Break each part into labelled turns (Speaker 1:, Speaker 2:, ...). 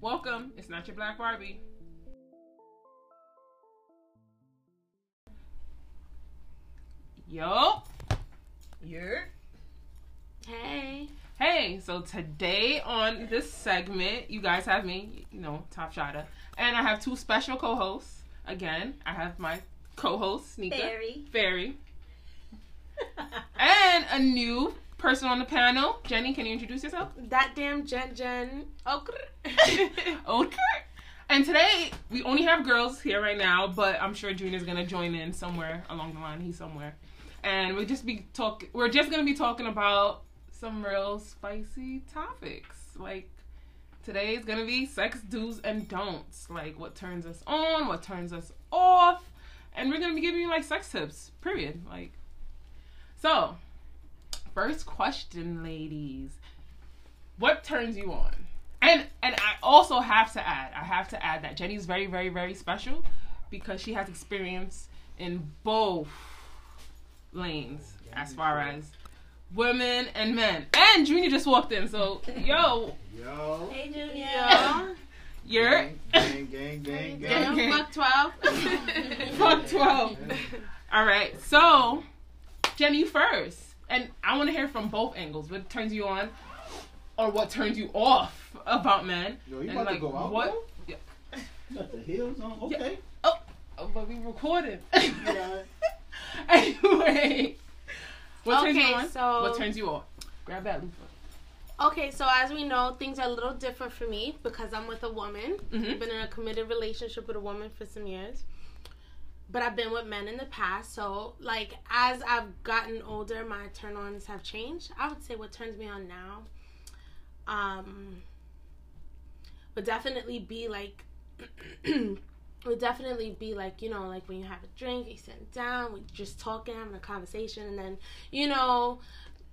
Speaker 1: Welcome. It's not your Black Barbie. Yo.
Speaker 2: You're
Speaker 3: Hey.
Speaker 1: Hey, so today on this segment, you guys have me, you know, Top Shotta, and I have two special co-hosts. Again, I have my co-host Sneaker
Speaker 3: Fairy.
Speaker 1: Fairy, and a new person on the panel. Jenny, can you introduce yourself?
Speaker 3: That damn Jen Jen. Okay.
Speaker 1: okay. And today we only have girls here right now, but I'm sure Junior's gonna join in somewhere along the line. He's somewhere, and we'll just be talk. We're just gonna be talking about some real spicy topics. Like today's gonna be sex do's and don'ts. Like what turns us on, what turns us off, and we're gonna be giving you like sex tips. Period. Like so. First question, ladies. What turns you on? And and I also have to add, I have to add that Jenny's very, very, very special because she has experience in both lanes as far as women and men. And Junior just walked in, so yo,
Speaker 4: Yo.
Speaker 2: Hey
Speaker 3: Yeah.
Speaker 1: you're
Speaker 4: Gang, gang, gang, gang.
Speaker 3: Damn,
Speaker 1: Okay.
Speaker 3: fuck 12.
Speaker 1: fuck twelve. All right, so Jenny, you first, and I want to hear from both angles. What turns you on, or what turns you off about men?
Speaker 4: Yo,
Speaker 1: And,
Speaker 4: you about
Speaker 1: like,
Speaker 4: to go out?
Speaker 1: what?
Speaker 4: though? Got the heels on?
Speaker 1: Yeah.
Speaker 4: Okay.
Speaker 1: Oh, but we recorded.
Speaker 4: Yeah.
Speaker 1: anyway, what turns
Speaker 3: Okay,
Speaker 1: you on?
Speaker 3: so-
Speaker 1: what turns you off? Grab that loofah.
Speaker 3: Okay, so as we know, things are a little different for me because I'm with a woman. I've
Speaker 1: Mm-hmm.
Speaker 3: been in a committed relationship with a woman for some years. But I've been with men in the past, so like as I've gotten older, my turn ons have changed. I would say what turns me on now um would definitely be like would definitely be like, you know, like when you have a drink, you sit down, we're just talking, having a conversation and then, you know,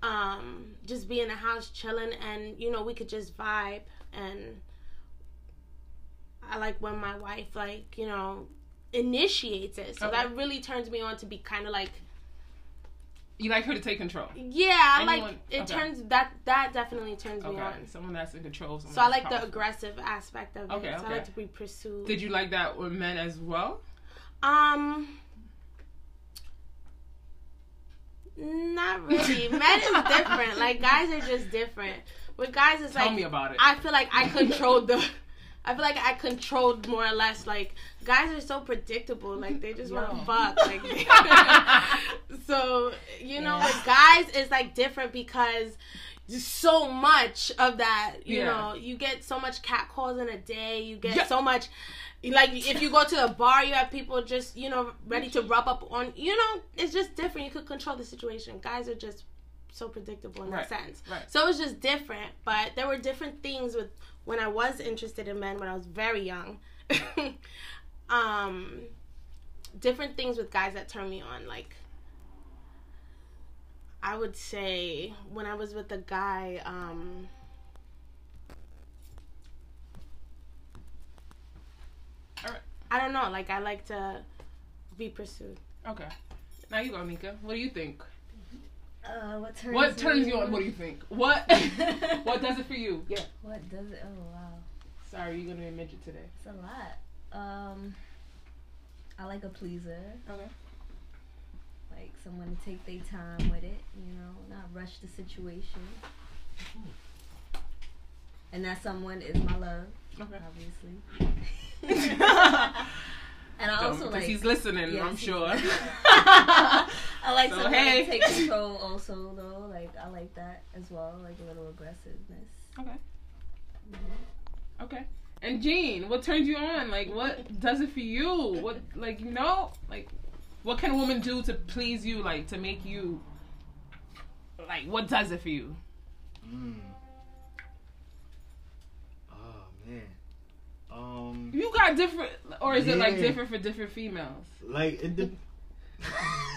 Speaker 3: um just be in the house chilling and, you know, we could just vibe and I like when my wife like you know initiates it. So
Speaker 1: Okay.
Speaker 3: that really turns me on to be kind of like
Speaker 1: You like her to take control.
Speaker 3: yeah, I like
Speaker 1: Anyone-
Speaker 3: it
Speaker 1: okay.
Speaker 3: turns that that definitely turns me
Speaker 1: Okay,
Speaker 3: on.
Speaker 1: someone that's in control. someone
Speaker 3: So I
Speaker 1: that's
Speaker 3: like the
Speaker 1: powerful.
Speaker 3: aggressive aspect of
Speaker 1: Okay,
Speaker 3: it. So
Speaker 1: okay.
Speaker 3: I like to be pursued.
Speaker 1: Did you like that with men as well?
Speaker 3: um not really. Men is different. Like guys are just different. With guys it's
Speaker 1: Tell
Speaker 3: like
Speaker 1: me about it.
Speaker 3: I feel like I controlled the. I feel like I controlled more or less. Like guys are so predictable. Like they just want
Speaker 1: Yeah.
Speaker 3: to fuck. Like, so you know, with guys it's like different because there's so much of that. You
Speaker 1: Yeah.
Speaker 3: know, you get so much cat calls in a day. You get
Speaker 1: Yeah.
Speaker 3: so much. Like if you go to a bar, you have people just you know ready to rub up on. You know, it's just different. You could control the situation. Guys are just so predictable in
Speaker 1: Right.
Speaker 3: that sense.
Speaker 1: Right.
Speaker 3: So it was just different, but there were different things with when I was interested in men when I was very young. um different things with guys that turned me on like I would say when I was with a guy um
Speaker 1: Alright.
Speaker 3: I don't know, like I like to be pursued.
Speaker 1: Okay. Now you go, Nika. What do you think?
Speaker 2: Uh, what turns
Speaker 1: What turns
Speaker 2: me
Speaker 1: you on? What do you think? What? what does it for you? Yeah.
Speaker 2: What does it? Oh wow,
Speaker 1: Sorry, you're gonna be a midget today.
Speaker 2: it's a lot. Um, I like a pleaser.
Speaker 1: Okay.
Speaker 2: Like someone to take their time with it. You know, not rush the situation. And that someone is my love,
Speaker 1: Okay.
Speaker 2: obviously.
Speaker 1: Because
Speaker 2: And I also like.
Speaker 1: he's listening,
Speaker 2: Yes,
Speaker 1: I'm
Speaker 2: he's-
Speaker 1: sure.
Speaker 2: I like
Speaker 1: So,
Speaker 2: someone
Speaker 1: hey.
Speaker 2: to take control also though. Like I like that as well. Like a little aggressiveness.
Speaker 1: okay. And Jean, what turns you on? Like, what does it for you? What, like, you know, like, what can a woman do to please you? Like, to make you, like, what does it for you?
Speaker 4: Mm. Oh, man. Um,
Speaker 1: You got different, or is it like
Speaker 4: Yeah.
Speaker 1: different for different females?
Speaker 4: like, it de-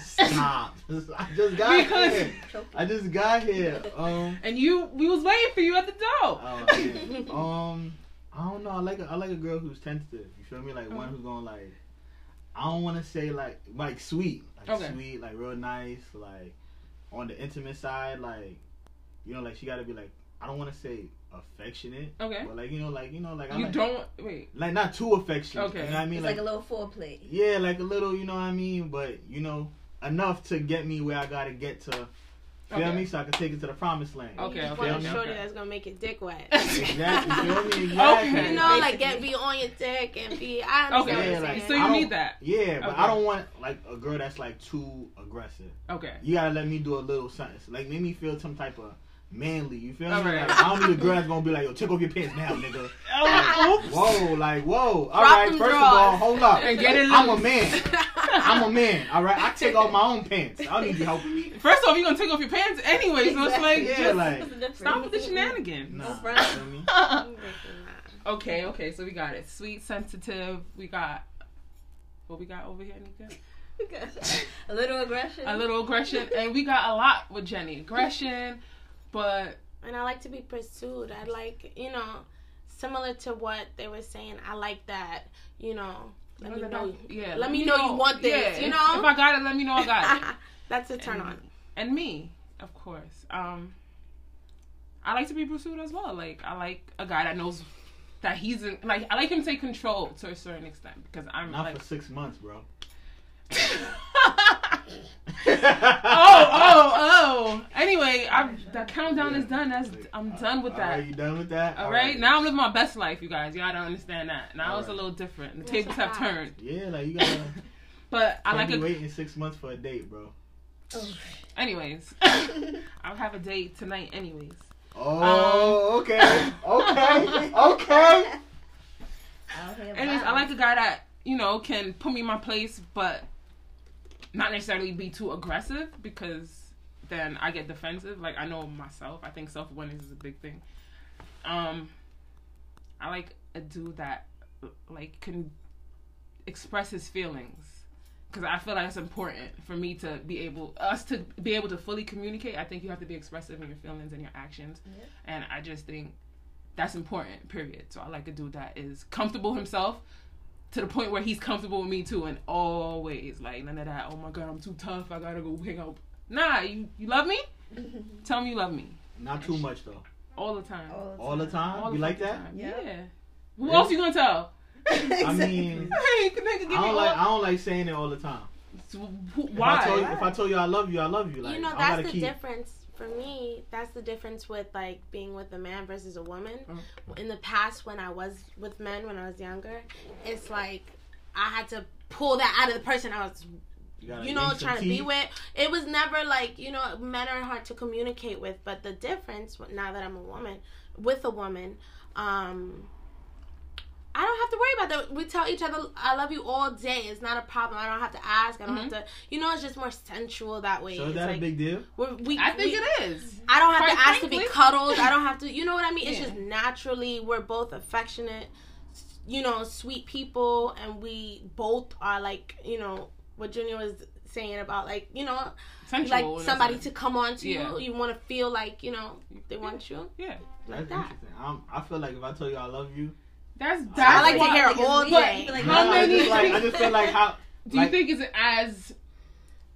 Speaker 4: Stop. I just got
Speaker 1: Because-
Speaker 4: here. I just got here. Um,
Speaker 1: And you, we was waiting for you at the door.
Speaker 4: oh, man. um, I don't know. I like a, I like a girl who's tentative. You feel me? Like one
Speaker 1: Uh-huh.
Speaker 4: who's gonna like. I don't want to say like like sweet, like
Speaker 1: Okay.
Speaker 4: sweet, like real nice, like on the intimate side, like you know, like she got to be like I don't want to say affectionate.
Speaker 1: Okay.
Speaker 4: But like you know, like you know, like I
Speaker 1: you
Speaker 4: like,
Speaker 1: don't wait.
Speaker 4: like not too affectionate.
Speaker 1: Okay.
Speaker 4: You know what I mean?
Speaker 2: It's like a little foreplay.
Speaker 4: yeah, like a little. You know what I mean? But you know enough to get me where I gotta get to. Feel
Speaker 1: Okay.
Speaker 4: me? So I can take it to the promised land.
Speaker 1: Okay,
Speaker 3: you just
Speaker 4: okay,
Speaker 3: want
Speaker 4: okay,
Speaker 3: a shorty
Speaker 1: okay.
Speaker 3: that's gonna make your dick wet.
Speaker 4: Exactly. Feel me? Exactly.
Speaker 1: Okay.
Speaker 3: You know, like
Speaker 2: Basically.
Speaker 3: get be on your dick and be. I
Speaker 1: Okay.
Speaker 3: understand.
Speaker 4: Yeah,
Speaker 3: what
Speaker 4: like,
Speaker 3: you're
Speaker 1: so
Speaker 3: saying.
Speaker 1: you
Speaker 4: I
Speaker 1: need
Speaker 4: don't-
Speaker 1: that.
Speaker 4: Yeah, but
Speaker 1: Okay.
Speaker 4: I don't want like a girl that's like too aggressive.
Speaker 1: Okay.
Speaker 4: You gotta let me do a little something. Like make me feel some type of manly. You feel me?
Speaker 1: Alright.
Speaker 4: Like, I don't need a girl that's gonna be like, yo, take off your pants now, nigga. Whoa, like whoa. All
Speaker 3: Drop
Speaker 4: right,
Speaker 3: them
Speaker 4: first of
Speaker 3: drawers.
Speaker 4: all, hold up.
Speaker 1: And get it
Speaker 4: I'm a
Speaker 1: loose.
Speaker 4: man. I'm a man. All right, I take off my own pants. I don't need you helping me.
Speaker 1: First off, you're gonna take off your pants anyway, so it's like
Speaker 4: Yeah,
Speaker 1: just
Speaker 4: like
Speaker 1: stop with the shenanigans.
Speaker 4: nah.
Speaker 2: front.
Speaker 4: feel me?
Speaker 1: okay, okay, so we got it. Sweet, sensitive. We got what we got over here, Nika.
Speaker 2: a little aggression.
Speaker 1: A little aggression, and we got a lot with Jenny. Aggression, but
Speaker 3: and I like to be pursued. I like, you know, similar to what they were saying. I like that, you know. Let me know.
Speaker 1: yeah.
Speaker 3: Let me know you want this,
Speaker 1: Yeah,
Speaker 3: you
Speaker 1: if-
Speaker 3: know?
Speaker 1: if I got it, let me know I got it.
Speaker 3: That's a turn on.
Speaker 1: and me, of course. Um, I like to be pursued as well. Like I like a guy that knows that he's in. Like I like him to take control to a certain extent because I'm
Speaker 4: Not
Speaker 1: like.
Speaker 4: for six months, bro.
Speaker 1: oh oh oh! Anyway, I'm the countdown is done. That's I'm done with
Speaker 4: uh, All
Speaker 1: that.
Speaker 4: right, you done with that?
Speaker 1: All right, now I'm living my best life, you guys. Y'all don't understand that. Now it's a
Speaker 4: Alright.
Speaker 1: little different. The
Speaker 3: That's
Speaker 1: tables
Speaker 3: a
Speaker 1: have
Speaker 3: fact.
Speaker 1: turned,
Speaker 4: Yeah, like you gotta.
Speaker 1: but I like
Speaker 4: be
Speaker 1: a.
Speaker 4: waiting six months for a date, bro.
Speaker 2: Oh.
Speaker 1: Anyways, I'll have a date tonight. Anyways, Um,
Speaker 4: Oh, okay, okay, okay.
Speaker 2: Out here
Speaker 1: anyways, I
Speaker 2: wild.
Speaker 1: like a guy that you know can put me in my place, but not necessarily be too aggressive because then I get defensive. Like I know myself. I think self awareness is a big thing. Um, I like a dude that like can express his feelings because I feel like it's important for me to be able us to be able to fully communicate. I think you have to be expressive in your feelings and your actions,
Speaker 2: Yeah.
Speaker 1: and I just think that's important. Period. So I like a dude that is comfortable himself to the point where he's comfortable with me too, and always like none of that. Oh my god, I'm too tough. I gotta go hang out. Nah, you you love me? Tell me you love me
Speaker 4: Not too much though.
Speaker 1: all the time.
Speaker 4: All the time.
Speaker 1: All the
Speaker 4: you like
Speaker 1: fucking
Speaker 4: that?
Speaker 1: time.
Speaker 2: Yep.
Speaker 1: Yeah. Who
Speaker 4: Really?
Speaker 1: else you gonna tell?
Speaker 4: I mean,
Speaker 1: Hey, nigga, give
Speaker 4: I
Speaker 1: me
Speaker 4: don't
Speaker 1: all.
Speaker 4: like. I don't like saying it all the time.
Speaker 1: Who-
Speaker 4: If
Speaker 1: Why?
Speaker 4: I told you, if I told you I love you, I love you. Like
Speaker 3: you know,
Speaker 4: I
Speaker 3: that's
Speaker 4: gotta
Speaker 3: the
Speaker 4: keep.
Speaker 3: difference for me. That's the difference with like being with a man versus a woman.
Speaker 1: Mm.
Speaker 3: In the past, when I was with men when I was younger, it's like I had to pull that out of the person I was
Speaker 4: gotta
Speaker 3: you know,
Speaker 4: yank some
Speaker 3: trying to be
Speaker 4: teeth.
Speaker 3: with. It was never like, you know, men are hard to communicate with, but the difference now that I'm a woman, with a woman, um, I don't have to worry about that. We tell each other, I love you all day. It's not a problem. I don't have to ask. I don't have to, you know, it's just more sensual that way.
Speaker 4: So
Speaker 3: it's
Speaker 4: is that
Speaker 3: like,
Speaker 4: a big deal?
Speaker 3: we're, we,
Speaker 1: I think
Speaker 3: we-
Speaker 1: it is.
Speaker 3: I don't have
Speaker 1: Quite
Speaker 3: to ask to be
Speaker 1: frankly.
Speaker 3: cuddled. I don't have to, you know what I mean? It's
Speaker 1: Yeah.
Speaker 3: just naturally, we're both affectionate, s- you know, sweet people, and we both are like, you know, what Junior was saying about, like, you know,
Speaker 1: Sensual
Speaker 3: like
Speaker 1: in a
Speaker 3: somebody
Speaker 1: sense.
Speaker 3: to come on to
Speaker 1: Yeah.
Speaker 3: you. You want to feel like, you know, they want you.
Speaker 1: Yeah.
Speaker 3: Like
Speaker 4: That's
Speaker 3: that.
Speaker 4: interesting. I'm, I feel like if I tell you I love you,
Speaker 1: That's that's
Speaker 3: I like
Speaker 1: why-
Speaker 3: to hear
Speaker 2: Like, it's
Speaker 3: all
Speaker 2: weird.
Speaker 3: day.
Speaker 2: Like,
Speaker 1: How
Speaker 4: Nah, I
Speaker 1: many-
Speaker 4: just like I just feel like how.
Speaker 1: Do you
Speaker 4: like-
Speaker 1: think it's as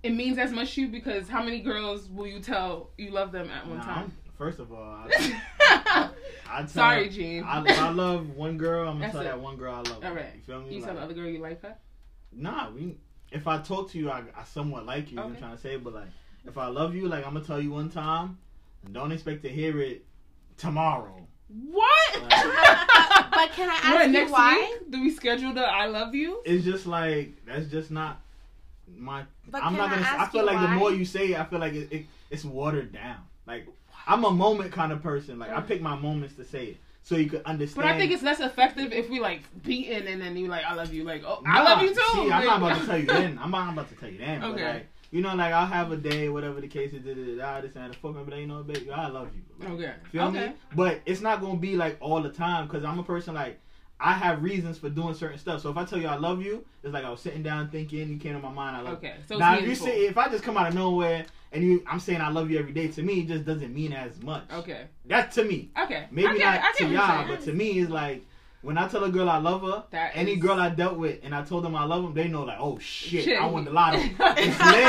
Speaker 1: it means as much to you because how many girls will you tell you love them at one
Speaker 4: Nah,
Speaker 1: time?
Speaker 4: first of all, I, I tell,
Speaker 1: Sorry, Gene.
Speaker 4: I, if I love one girl. I'm gonna
Speaker 1: That's
Speaker 4: tell
Speaker 1: it.
Speaker 4: that one girl I love. her.
Speaker 1: Alright.
Speaker 4: You feel me?
Speaker 1: you
Speaker 4: Like-
Speaker 1: tell the other girl you like her.
Speaker 4: Nah, we. If I talk to you, I, I somewhat like you. You know what
Speaker 1: Okay.
Speaker 4: I'm trying to say, but like, if I love you, like I'm gonna tell you one time, and don't expect to hear it tomorrow.
Speaker 1: What?
Speaker 3: But can I ask
Speaker 1: what
Speaker 3: you
Speaker 1: next
Speaker 3: why?
Speaker 1: week? Do we schedule the I love you?
Speaker 4: It's just like that's just not my.
Speaker 3: But
Speaker 4: I'm
Speaker 3: can
Speaker 4: not
Speaker 3: I
Speaker 4: gonna. I,
Speaker 3: ask
Speaker 4: feel
Speaker 3: you
Speaker 4: like the
Speaker 3: why?
Speaker 4: more you say, it, I feel like it, it, it's watered down. Like I'm a moment kind of person. Like I pick my moments to say it, so you could understand.
Speaker 1: But I think it's less effective if we like beaten and then you like I love you like oh I
Speaker 4: Nah,
Speaker 1: love you too.
Speaker 4: See, I'm not
Speaker 1: Like-
Speaker 4: about to tell you then. I'm not I'm about to tell you then. But
Speaker 1: Okay.
Speaker 4: like, you know, like I'll have a day, whatever the case is, da, da, da, da, this and that, fuck me, but you know, baby, I love you. Like,
Speaker 1: Okay.
Speaker 4: Feel
Speaker 1: okay.
Speaker 4: me? But it's not gonna be like all the time because I'm a person like I have reasons for doing certain stuff. So if I tell you I love you, it's like I was sitting down thinking, you came to my mind, I love
Speaker 1: Okay.
Speaker 4: you.
Speaker 1: So
Speaker 4: now
Speaker 1: it's
Speaker 4: if you
Speaker 1: meaningful.
Speaker 4: say if I just come out of nowhere and you I'm saying I love you every day, to me it just doesn't mean as much.
Speaker 1: Okay.
Speaker 4: That's to me.
Speaker 1: Okay. I
Speaker 4: Maybe
Speaker 1: get, it.
Speaker 4: not
Speaker 1: I get
Speaker 4: to
Speaker 1: what you're
Speaker 4: y'all,
Speaker 1: saying.
Speaker 4: but to me it's like When I tell a girl I love her,
Speaker 1: That
Speaker 4: any
Speaker 1: is-
Speaker 4: girl I dealt with and I told them I love them, they know like, oh shit,
Speaker 1: Shit.
Speaker 4: I won the lottery. it's lit.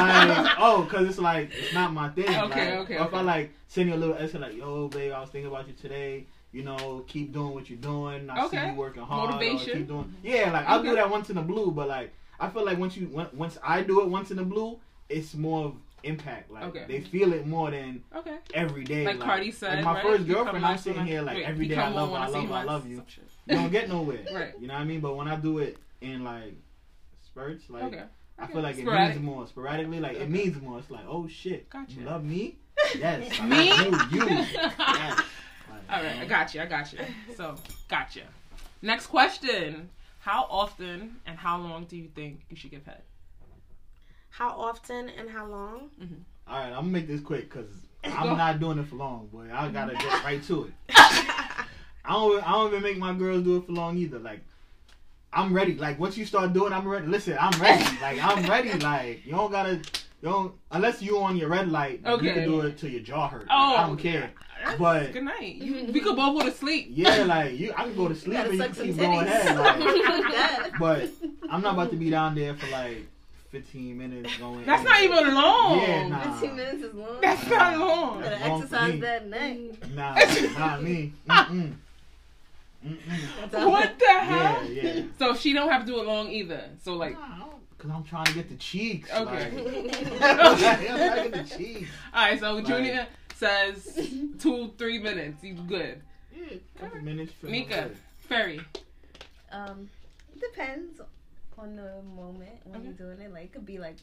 Speaker 4: Like, oh, cause it's like it's not my thing.
Speaker 1: Okay,
Speaker 4: like,
Speaker 1: okay,
Speaker 4: Or if
Speaker 1: okay.
Speaker 4: I like send you a little essay like, yo, babe, I was thinking about you today. You know, keep doing what you're doing. I see
Speaker 1: Okay.
Speaker 4: you working hard. or
Speaker 1: Motivation.
Speaker 4: keep doing. Yeah, like I'll
Speaker 1: Okay.
Speaker 4: do that once in a blue, but like I feel like once you on- once I do it once in a blue, it's more of impact. Like
Speaker 1: Okay.
Speaker 4: they feel it more than
Speaker 1: Okay.
Speaker 4: every day.
Speaker 1: Like Cardi said,
Speaker 4: like my
Speaker 1: right?
Speaker 4: first
Speaker 1: You come
Speaker 4: girlfriend, I'm
Speaker 1: last
Speaker 4: sitting
Speaker 1: one.
Speaker 4: here like
Speaker 1: Wait,
Speaker 4: every
Speaker 1: you
Speaker 4: day I
Speaker 1: come
Speaker 4: love,
Speaker 1: on when
Speaker 4: her, I
Speaker 1: see
Speaker 4: love, her, I
Speaker 1: my-
Speaker 4: love you.
Speaker 1: some shit.
Speaker 4: You don't get nowhere.
Speaker 1: Right.
Speaker 4: You know what I mean? But when I do it in like spurts, like
Speaker 1: Okay.
Speaker 4: I
Speaker 1: okay.
Speaker 4: feel like
Speaker 1: Sporadic.
Speaker 4: it means more. Sporadically, like
Speaker 1: Okay.
Speaker 4: it means more. It's like, oh shit,
Speaker 1: Gotcha.
Speaker 4: you love me? Yes, I
Speaker 1: Me?
Speaker 4: love you. you. Yes. Like,
Speaker 1: All right, I got you. I got you. So, gotcha. Next question: How often and how long do you think you should give head?
Speaker 3: How often and how long?
Speaker 4: All right, I'm gonna make this quick because
Speaker 1: Go.
Speaker 4: I'm not doing it for long, boy. I gotta get right to it. I don't. I don't even make my girls do it for long either. Like, I'm ready. Like, once you start doing, I'm ready. Listen, I'm ready. Like, I'm ready. Like, you don't gotta. You don't unless you on your red light.
Speaker 1: Okay.
Speaker 4: You can do it till your jaw hurt. Like,
Speaker 1: Oh,
Speaker 4: I don't care.
Speaker 1: That's-
Speaker 4: But-
Speaker 1: good night. You, we could both go to sleep.
Speaker 4: Yeah, like you, I can go to sleep and
Speaker 2: gotta
Speaker 4: you can
Speaker 2: suck
Speaker 4: keep
Speaker 2: some
Speaker 4: going ahead. Like,
Speaker 2: titties.
Speaker 4: but I'm not about to be down there for like 15 minutes going.
Speaker 1: That's not even long.
Speaker 4: Yeah, nah.
Speaker 2: Fifteen minutes is long.
Speaker 1: That's not long.
Speaker 2: Gotta
Speaker 4: long for
Speaker 2: exercise
Speaker 4: me.
Speaker 2: that neck.
Speaker 4: Nah, not me. Mm-mm. Mm-mm.
Speaker 1: What the
Speaker 4: Yeah,
Speaker 1: hell?
Speaker 4: yeah.
Speaker 1: So she don't have to do it long either. So like,
Speaker 4: Nah, I don't- Cause I'm trying to get the cheeks.
Speaker 1: Okay.
Speaker 4: Like, I'm trying to get the cheeks.
Speaker 1: all right. So
Speaker 4: Like-
Speaker 1: Junior says two, three minutes. You good?
Speaker 4: Yeah, couple minutes. for
Speaker 1: Nika. Ferry.
Speaker 2: Um, it depends on the moment when
Speaker 1: Okay.
Speaker 2: you're doing it. Like it could be like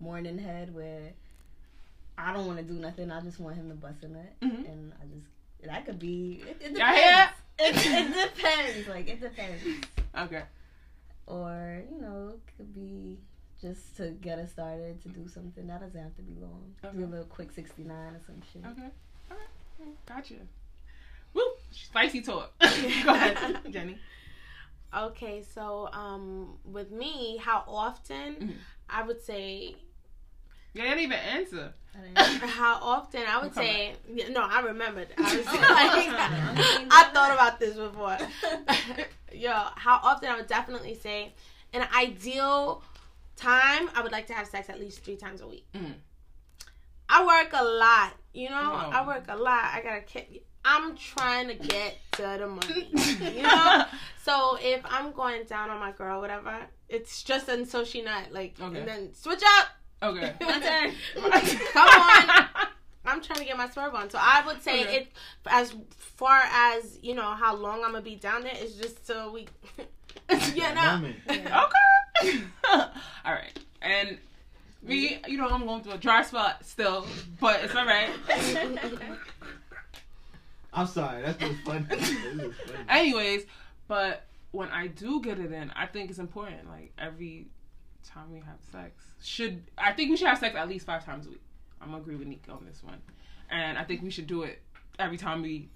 Speaker 2: morning head where I don't want to do nothing. I just want him to bust a nut,
Speaker 1: Mhm.
Speaker 2: and I just that could be. It, it
Speaker 1: Y'all hear?
Speaker 2: depends. It, it depends. Like it depends.
Speaker 1: Okay.
Speaker 2: Or you know, it could be just to get us started to do something. That doesn't have to be long.
Speaker 1: Okay.
Speaker 2: Do a little quick sixty nine or some shit.
Speaker 1: Okay. All right. Gotcha. Woo. Spicy talk. go ahead, Jenny.
Speaker 3: Okay, so um, with me, how often?
Speaker 1: Mhm.
Speaker 3: I would say
Speaker 1: You didn't even answer.
Speaker 2: I didn't-
Speaker 3: how often I would
Speaker 1: Come
Speaker 3: say yeah, no. I remembered. I, was,
Speaker 1: Oh.
Speaker 3: like, I thought about this before. Yo, how often I would definitely say, in an ideal time, I would like to have sex at least three times a week.
Speaker 1: Mm.
Speaker 3: I work a lot, you know.
Speaker 1: No.
Speaker 3: I work a lot. I gotta keep. I'm trying to get to the money, you know. So if I'm going down on my girl, whatever, it's just until she not like,
Speaker 1: Okay.
Speaker 3: and then switch up.
Speaker 1: Okay.
Speaker 2: My turn.
Speaker 3: Come on. I'm trying to get my swerve on. So I would say
Speaker 1: Okay.
Speaker 3: it as far as you know how long I'm gonna be down there is just till we. yeah, no.
Speaker 4: Moment.
Speaker 1: Okay. all right. And me, you know, I'm going through a dry spot still, but it's all right.
Speaker 4: I'm sorry. That's just funny. That's just funny.
Speaker 1: Anyways, but when I do get it in, I think it's important. Like every time we have sex, should I think we should have sex at least five times a week. I'm gonna agree with Nico on this one, and I think we should do it every time we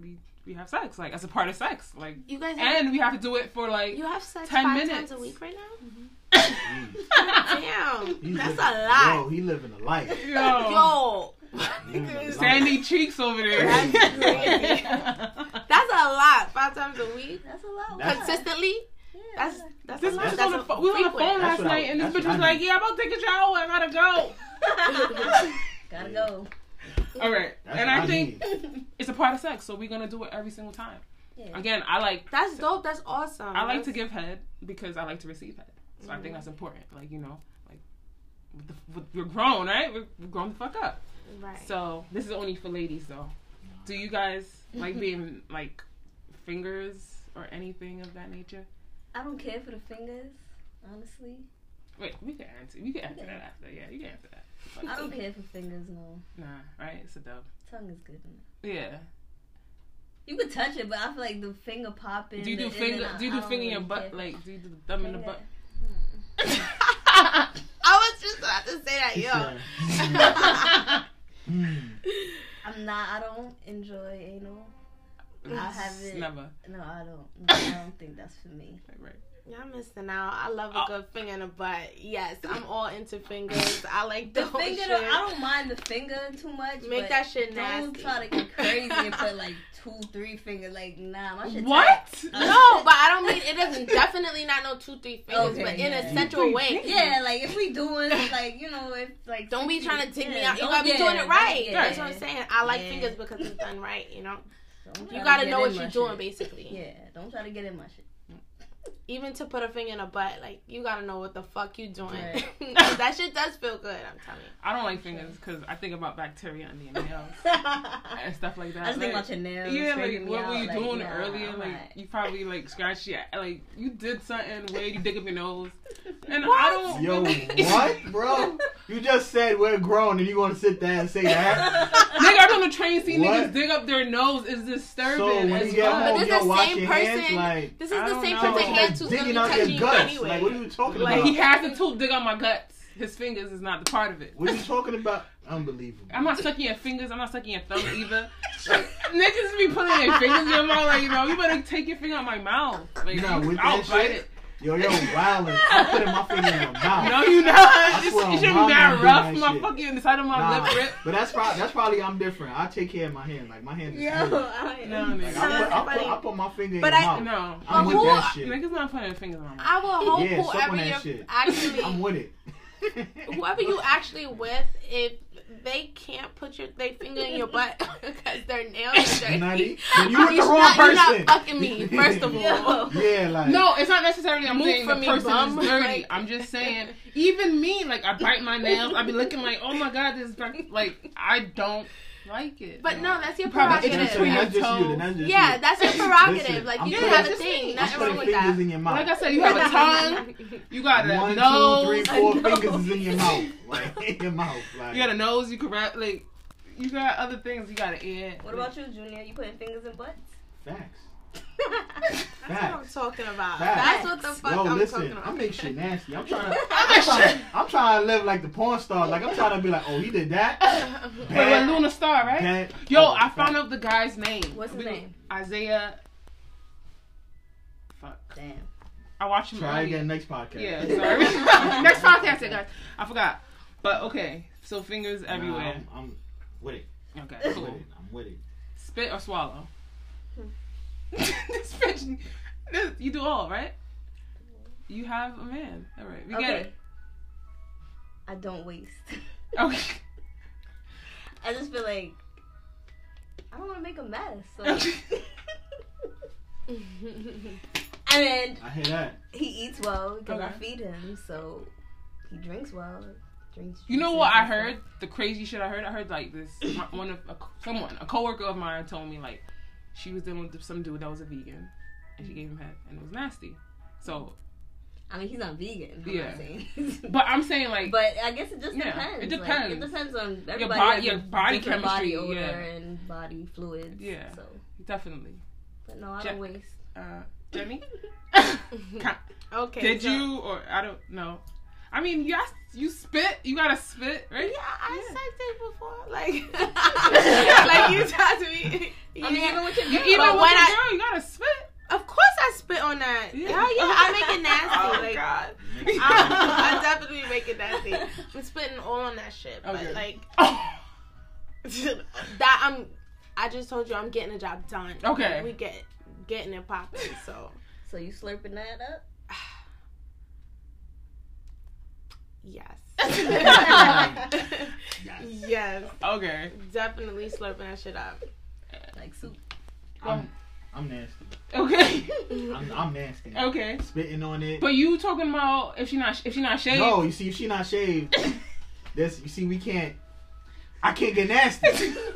Speaker 1: we we have sex, like as a part of sex, like.
Speaker 3: You guys, have,
Speaker 1: And we have to do it for like.
Speaker 3: you have sex
Speaker 1: 10
Speaker 3: five
Speaker 1: minutes.
Speaker 3: times a week right now.
Speaker 1: Damn.
Speaker 3: Damn,
Speaker 4: He's
Speaker 3: that's a
Speaker 4: living-
Speaker 3: lot.
Speaker 4: Yo, he living a life.
Speaker 1: Yo.
Speaker 3: Yo,
Speaker 4: Yo.
Speaker 1: Sandy cheeks over there.
Speaker 4: That's
Speaker 2: crazy.
Speaker 3: that's a lot. Five times a week,
Speaker 2: That's a lot.
Speaker 4: That's-
Speaker 3: consistently.
Speaker 2: Yeah.
Speaker 3: That's that's
Speaker 1: This bitch
Speaker 3: a lot.
Speaker 1: was
Speaker 3: That's
Speaker 1: on the
Speaker 3: a
Speaker 1: phone. We were on the
Speaker 3: frequent.
Speaker 1: phone last
Speaker 4: That's what I-
Speaker 1: night, and this
Speaker 4: that's
Speaker 1: bitch
Speaker 4: what
Speaker 1: was
Speaker 4: I
Speaker 1: like, "Yeah, I'm about to take a shower. I gotta go."
Speaker 2: Gotta go.
Speaker 1: All right,
Speaker 4: That's
Speaker 1: and
Speaker 4: what
Speaker 1: I
Speaker 4: I
Speaker 1: think it's a part of sex, so we're gonna do it every single time.
Speaker 2: Yeah.
Speaker 1: Again, I like
Speaker 3: That's dope. That's awesome.
Speaker 1: I like to
Speaker 3: That's-
Speaker 1: give head because I like to receive head, so I think that's important. Like you know, like with the, with, we're grown, right? We're, we're grown the fuck up.
Speaker 3: right.
Speaker 1: So this is only for ladies, though. Do you guys like being like fingers or anything of that nature?
Speaker 2: I don't care for the fingers, honestly.
Speaker 1: Wait, we can answer. You can answer that after. Yeah, you can answer that.
Speaker 2: I don't care for fingers, no.
Speaker 1: Nah, right? It's a dub.
Speaker 2: Tongue is good enough.
Speaker 1: Yeah.
Speaker 2: You could touch it, but I feel like the finger popping.
Speaker 1: Do you do
Speaker 2: the in and
Speaker 1: finger?
Speaker 2: out,
Speaker 1: Do you
Speaker 2: I
Speaker 1: do
Speaker 2: don't
Speaker 1: finger in your
Speaker 2: really
Speaker 1: butt?
Speaker 2: care.
Speaker 1: Like, do you do the thumb in the butt?
Speaker 3: I was just about to say that,
Speaker 4: He
Speaker 3: yo.
Speaker 4: said, mm,
Speaker 2: I'm not. I don't enjoy anal. I have it.
Speaker 1: Never.
Speaker 2: No, I don't. No, I don't think that's for me.
Speaker 1: Like, right.
Speaker 3: Y'all missing out. I love
Speaker 2: Oh.
Speaker 3: a good finger in a butt. Yes, I'm all into fingers. I like the,
Speaker 2: The
Speaker 3: whole
Speaker 2: finger,
Speaker 3: shit.
Speaker 2: though, I don't mind the finger too much.
Speaker 3: Make
Speaker 2: but
Speaker 3: that shit
Speaker 2: Don't
Speaker 3: nasty.
Speaker 2: try to get crazy and put like two, three fingers. Like, nah, my shit. tight.
Speaker 1: What?
Speaker 3: No, but I don't mean it doesn't definitely not no two three fingers,
Speaker 2: Okay,
Speaker 3: but in
Speaker 2: yeah.
Speaker 3: a sensual
Speaker 1: Three
Speaker 3: way.
Speaker 1: fingers.
Speaker 2: Yeah, like if we doing like you know if like
Speaker 3: Don't be trying to take me
Speaker 2: Yeah,
Speaker 3: out. You
Speaker 2: don't-
Speaker 3: gotta be
Speaker 2: yeah,
Speaker 3: doing it
Speaker 2: don't-
Speaker 3: right.
Speaker 2: yeah.
Speaker 3: That's what I'm saying. I like
Speaker 2: Yeah.
Speaker 3: fingers because it's done right. You know,
Speaker 2: Don't try
Speaker 3: you
Speaker 2: to
Speaker 3: gotta
Speaker 2: get
Speaker 3: know what
Speaker 2: in my
Speaker 3: you're doing
Speaker 2: shit.
Speaker 3: basically.
Speaker 2: Yeah, don't try to get in my shit.
Speaker 3: Even to put a finger in a butt, like you gotta know what the fuck you doing.
Speaker 2: Right.
Speaker 3: that shit does feel good. I'm telling you.
Speaker 1: I don't like fingers because I think about bacteria on your nails
Speaker 2: I
Speaker 1: and stuff like that.
Speaker 2: just think
Speaker 1: Like-
Speaker 2: about your nails.
Speaker 1: Yeah,
Speaker 2: straightening
Speaker 1: like
Speaker 2: me
Speaker 1: what were
Speaker 2: out,
Speaker 1: you
Speaker 2: like,
Speaker 1: doing
Speaker 2: nah,
Speaker 1: earlier?
Speaker 2: I'm
Speaker 1: Like
Speaker 2: not.
Speaker 1: you probably like scratched your like you did something weird. You dig up your nose, and I
Speaker 3: What?
Speaker 1: don't.
Speaker 4: Yo,
Speaker 1: really-
Speaker 4: what, bro? You just said we're grown, and you gonna sit there and say that?
Speaker 1: Nigga, I've been on the train seen
Speaker 4: What?
Speaker 1: niggas dig up their nose. Is disturbing.
Speaker 4: So when
Speaker 1: as
Speaker 4: you get
Speaker 1: fuck.
Speaker 3: But
Speaker 4: home,
Speaker 3: this
Speaker 4: you'll
Speaker 3: is
Speaker 4: wash
Speaker 3: same
Speaker 4: your hands
Speaker 3: person-
Speaker 4: like.
Speaker 3: This is
Speaker 1: I
Speaker 3: the
Speaker 1: don't
Speaker 3: same
Speaker 1: know.
Speaker 3: person
Speaker 1: Like,
Speaker 3: hands who's gonna be
Speaker 4: digging out
Speaker 3: touching
Speaker 4: your
Speaker 3: you
Speaker 4: guts.
Speaker 3: anyway.
Speaker 4: Like, what are you talking
Speaker 3: Like,
Speaker 1: Like
Speaker 4: about?
Speaker 1: he has the tool dig out my guts. His fingers is not the part of it.
Speaker 4: What are you talking about? Unbelievable.
Speaker 1: I'm not sucking your fingers. I'm not sucking your thumb either. Like, niggas be putting their fingers in your mouth. Like you know, you better take your finger out my mouth. Like
Speaker 4: Nah, with
Speaker 1: I'll
Speaker 4: that
Speaker 1: bite
Speaker 4: shit?
Speaker 1: it.
Speaker 4: Yo, yo, wildin'. I'm putting my finger in your mouth.
Speaker 1: No, you not.
Speaker 4: I
Speaker 1: It
Speaker 4: swear
Speaker 1: shouldn't be
Speaker 4: on my
Speaker 1: that
Speaker 4: mama,
Speaker 1: rough.
Speaker 4: do that
Speaker 1: My
Speaker 4: shit.
Speaker 1: fucking the side of my
Speaker 4: Nah,
Speaker 1: lip rip.
Speaker 4: but that's probably that's probably I'm different. I take care of my hand. Like my hand is
Speaker 3: Yeah,
Speaker 4: clean. Like,
Speaker 3: I don't
Speaker 1: No,
Speaker 3: know.
Speaker 1: nigga.
Speaker 4: I, put, I, put, I
Speaker 3: Somebody-
Speaker 4: put my finger
Speaker 3: But
Speaker 4: in
Speaker 3: I-
Speaker 4: your mouth.
Speaker 1: No.
Speaker 4: I'm
Speaker 3: But
Speaker 4: with
Speaker 3: who-
Speaker 4: that shit.
Speaker 1: Niggas not putting their fingers on my
Speaker 3: I will hope
Speaker 4: Yeah, suck
Speaker 3: whoever
Speaker 4: on that
Speaker 3: you're
Speaker 4: shit.
Speaker 3: actually
Speaker 4: I'm with it.
Speaker 3: whoever you actually with, if they can't put your they finger in your butt because their nails are dirty,
Speaker 4: Nutty. Then you with the wrong
Speaker 3: not, You're
Speaker 4: person.
Speaker 3: not fucking me. First of all,
Speaker 4: Yeah, like
Speaker 1: No, it's not necessarily I'm
Speaker 3: Move
Speaker 1: saying the
Speaker 3: for me,
Speaker 1: person
Speaker 3: bum.
Speaker 1: is dirty.
Speaker 3: Like-
Speaker 1: I'm just saying, even me, like I bite my nails, I be looking like, oh my god, this is dirty. like I don't like it.
Speaker 3: but no, that's your
Speaker 1: Probably
Speaker 4: That's,
Speaker 1: Prerogative.
Speaker 4: just,
Speaker 1: Between your
Speaker 3: prerogative.
Speaker 4: that's just you.
Speaker 1: toes.
Speaker 4: Then that's just
Speaker 3: Yeah,
Speaker 4: you.
Speaker 3: that's your prerogative.
Speaker 4: Listen,
Speaker 3: like
Speaker 4: I'm
Speaker 3: you
Speaker 4: putting-
Speaker 3: have a
Speaker 1: just me.
Speaker 3: thing.
Speaker 4: I'm
Speaker 3: Nothing wrong
Speaker 4: putting
Speaker 3: with
Speaker 4: fingers
Speaker 3: that.
Speaker 4: in your mouth.
Speaker 1: like I said, you have a tongue, you got a
Speaker 4: One,
Speaker 1: nose,
Speaker 4: two, three,
Speaker 2: I
Speaker 4: four
Speaker 2: know.
Speaker 4: fingers is in your mouth. Like in your mouth. Like
Speaker 1: you got a nose, you can wrap like. You got other things. You got an ear.
Speaker 2: What about you, Junior? You putting fingers in butts?
Speaker 4: facts.
Speaker 3: That's what I'm
Speaker 4: Facts.
Speaker 3: talking about.
Speaker 4: Facts.
Speaker 3: That's what the fuck
Speaker 4: Yo,
Speaker 3: I'm talking
Speaker 4: listen,
Speaker 3: about.
Speaker 4: I make shit nasty. I'm trying to I'm trying, I'm trying to live like the porn star. Like I'm trying to be like, oh, he did that.
Speaker 1: Wait, wait, Luna Star, right?
Speaker 4: that-
Speaker 1: Yo,
Speaker 4: oh,
Speaker 1: I found
Speaker 4: fact.
Speaker 1: out the guy's name.
Speaker 2: What's his
Speaker 1: We-
Speaker 2: name?
Speaker 1: Isaiah. Fuck.
Speaker 2: Damn.
Speaker 1: I watched him.
Speaker 4: Try
Speaker 1: earlier.
Speaker 4: again next podcast.
Speaker 1: Yeah, sorry. Next podcast, guys. I forgot. But okay, so fingers
Speaker 4: Nah,
Speaker 1: everywhere.
Speaker 4: I'm, I'm with it.
Speaker 1: Okay,
Speaker 4: I'm with
Speaker 1: cool.
Speaker 4: it. I'm with it.
Speaker 1: Spit or swallow? this bitch, this- you do all, right? You have a man. All right, we get it.
Speaker 2: I don't waste.
Speaker 1: Okay.
Speaker 2: I just feel like I don't want to make a mess. Like,
Speaker 1: Okay.
Speaker 2: and
Speaker 4: I hear that.
Speaker 2: he eats well because I
Speaker 1: Okay.
Speaker 2: feed him, so he drinks well. Drinks.
Speaker 1: You know
Speaker 2: juices
Speaker 1: what I
Speaker 2: and stuff.
Speaker 1: heard? The crazy shit I heard. I heard like this. My, one of a, someone, a coworker of mine, told me like she was dealing with some dude that was a vegan, and she gave him head, and it was nasty. So,
Speaker 2: I mean, he's not vegan. I'm
Speaker 1: Yeah.
Speaker 2: not saying.
Speaker 1: but I'm saying like
Speaker 2: But I guess it just
Speaker 1: Yeah,
Speaker 2: depends.
Speaker 1: it
Speaker 2: Like,
Speaker 1: depends.
Speaker 2: it depends on everybody.
Speaker 1: bo-
Speaker 2: has
Speaker 1: your
Speaker 2: a
Speaker 1: body
Speaker 2: different
Speaker 1: chemistry,
Speaker 2: body odor,
Speaker 1: yeah.
Speaker 2: and body fluids.
Speaker 1: Yeah.
Speaker 2: So,
Speaker 1: definitely,
Speaker 2: but no, I
Speaker 1: Jack-
Speaker 2: don't waste.
Speaker 1: uh, Jimmy.
Speaker 3: okay.
Speaker 1: Did
Speaker 3: so-
Speaker 1: you or I don't know? I mean, yes, you spit. You gotta spit,
Speaker 3: Yeah,
Speaker 1: right?
Speaker 3: I
Speaker 1: Yeah.
Speaker 3: sucked it before. Like, like you talked to me.
Speaker 2: I mean,
Speaker 3: Yeah.
Speaker 2: even with your
Speaker 1: You
Speaker 2: girl,
Speaker 1: even
Speaker 3: but
Speaker 1: with
Speaker 3: when
Speaker 1: a
Speaker 3: I-
Speaker 1: girl, you gotta spit.
Speaker 3: Of course I spit on that.
Speaker 1: Yeah.
Speaker 3: Yeah, Hell Oh, yeah, I make it nasty.
Speaker 1: Oh,
Speaker 3: like,
Speaker 1: God.
Speaker 4: Next
Speaker 3: I, I
Speaker 4: podcast.
Speaker 3: definitely make it nasty. I'm spitting all on that shit. But
Speaker 1: Okay.
Speaker 3: like that, I'm. I just told you I'm getting a job done.
Speaker 1: Okay.
Speaker 3: we get getting it popping. So
Speaker 2: so you slurping that up?
Speaker 3: yes,
Speaker 4: Yes.
Speaker 3: yes,
Speaker 1: okay.
Speaker 3: definitely slurping that shit up.
Speaker 2: Like soup?
Speaker 4: I'm, I'm nasty.
Speaker 1: Um, Okay.
Speaker 4: I'm, I'm nasty.
Speaker 1: okay.
Speaker 4: Spitting on it.
Speaker 1: But you talking about if she not if she not shaved?
Speaker 4: No, you see, if she not shaved, this you see, we can't. I can't get nasty.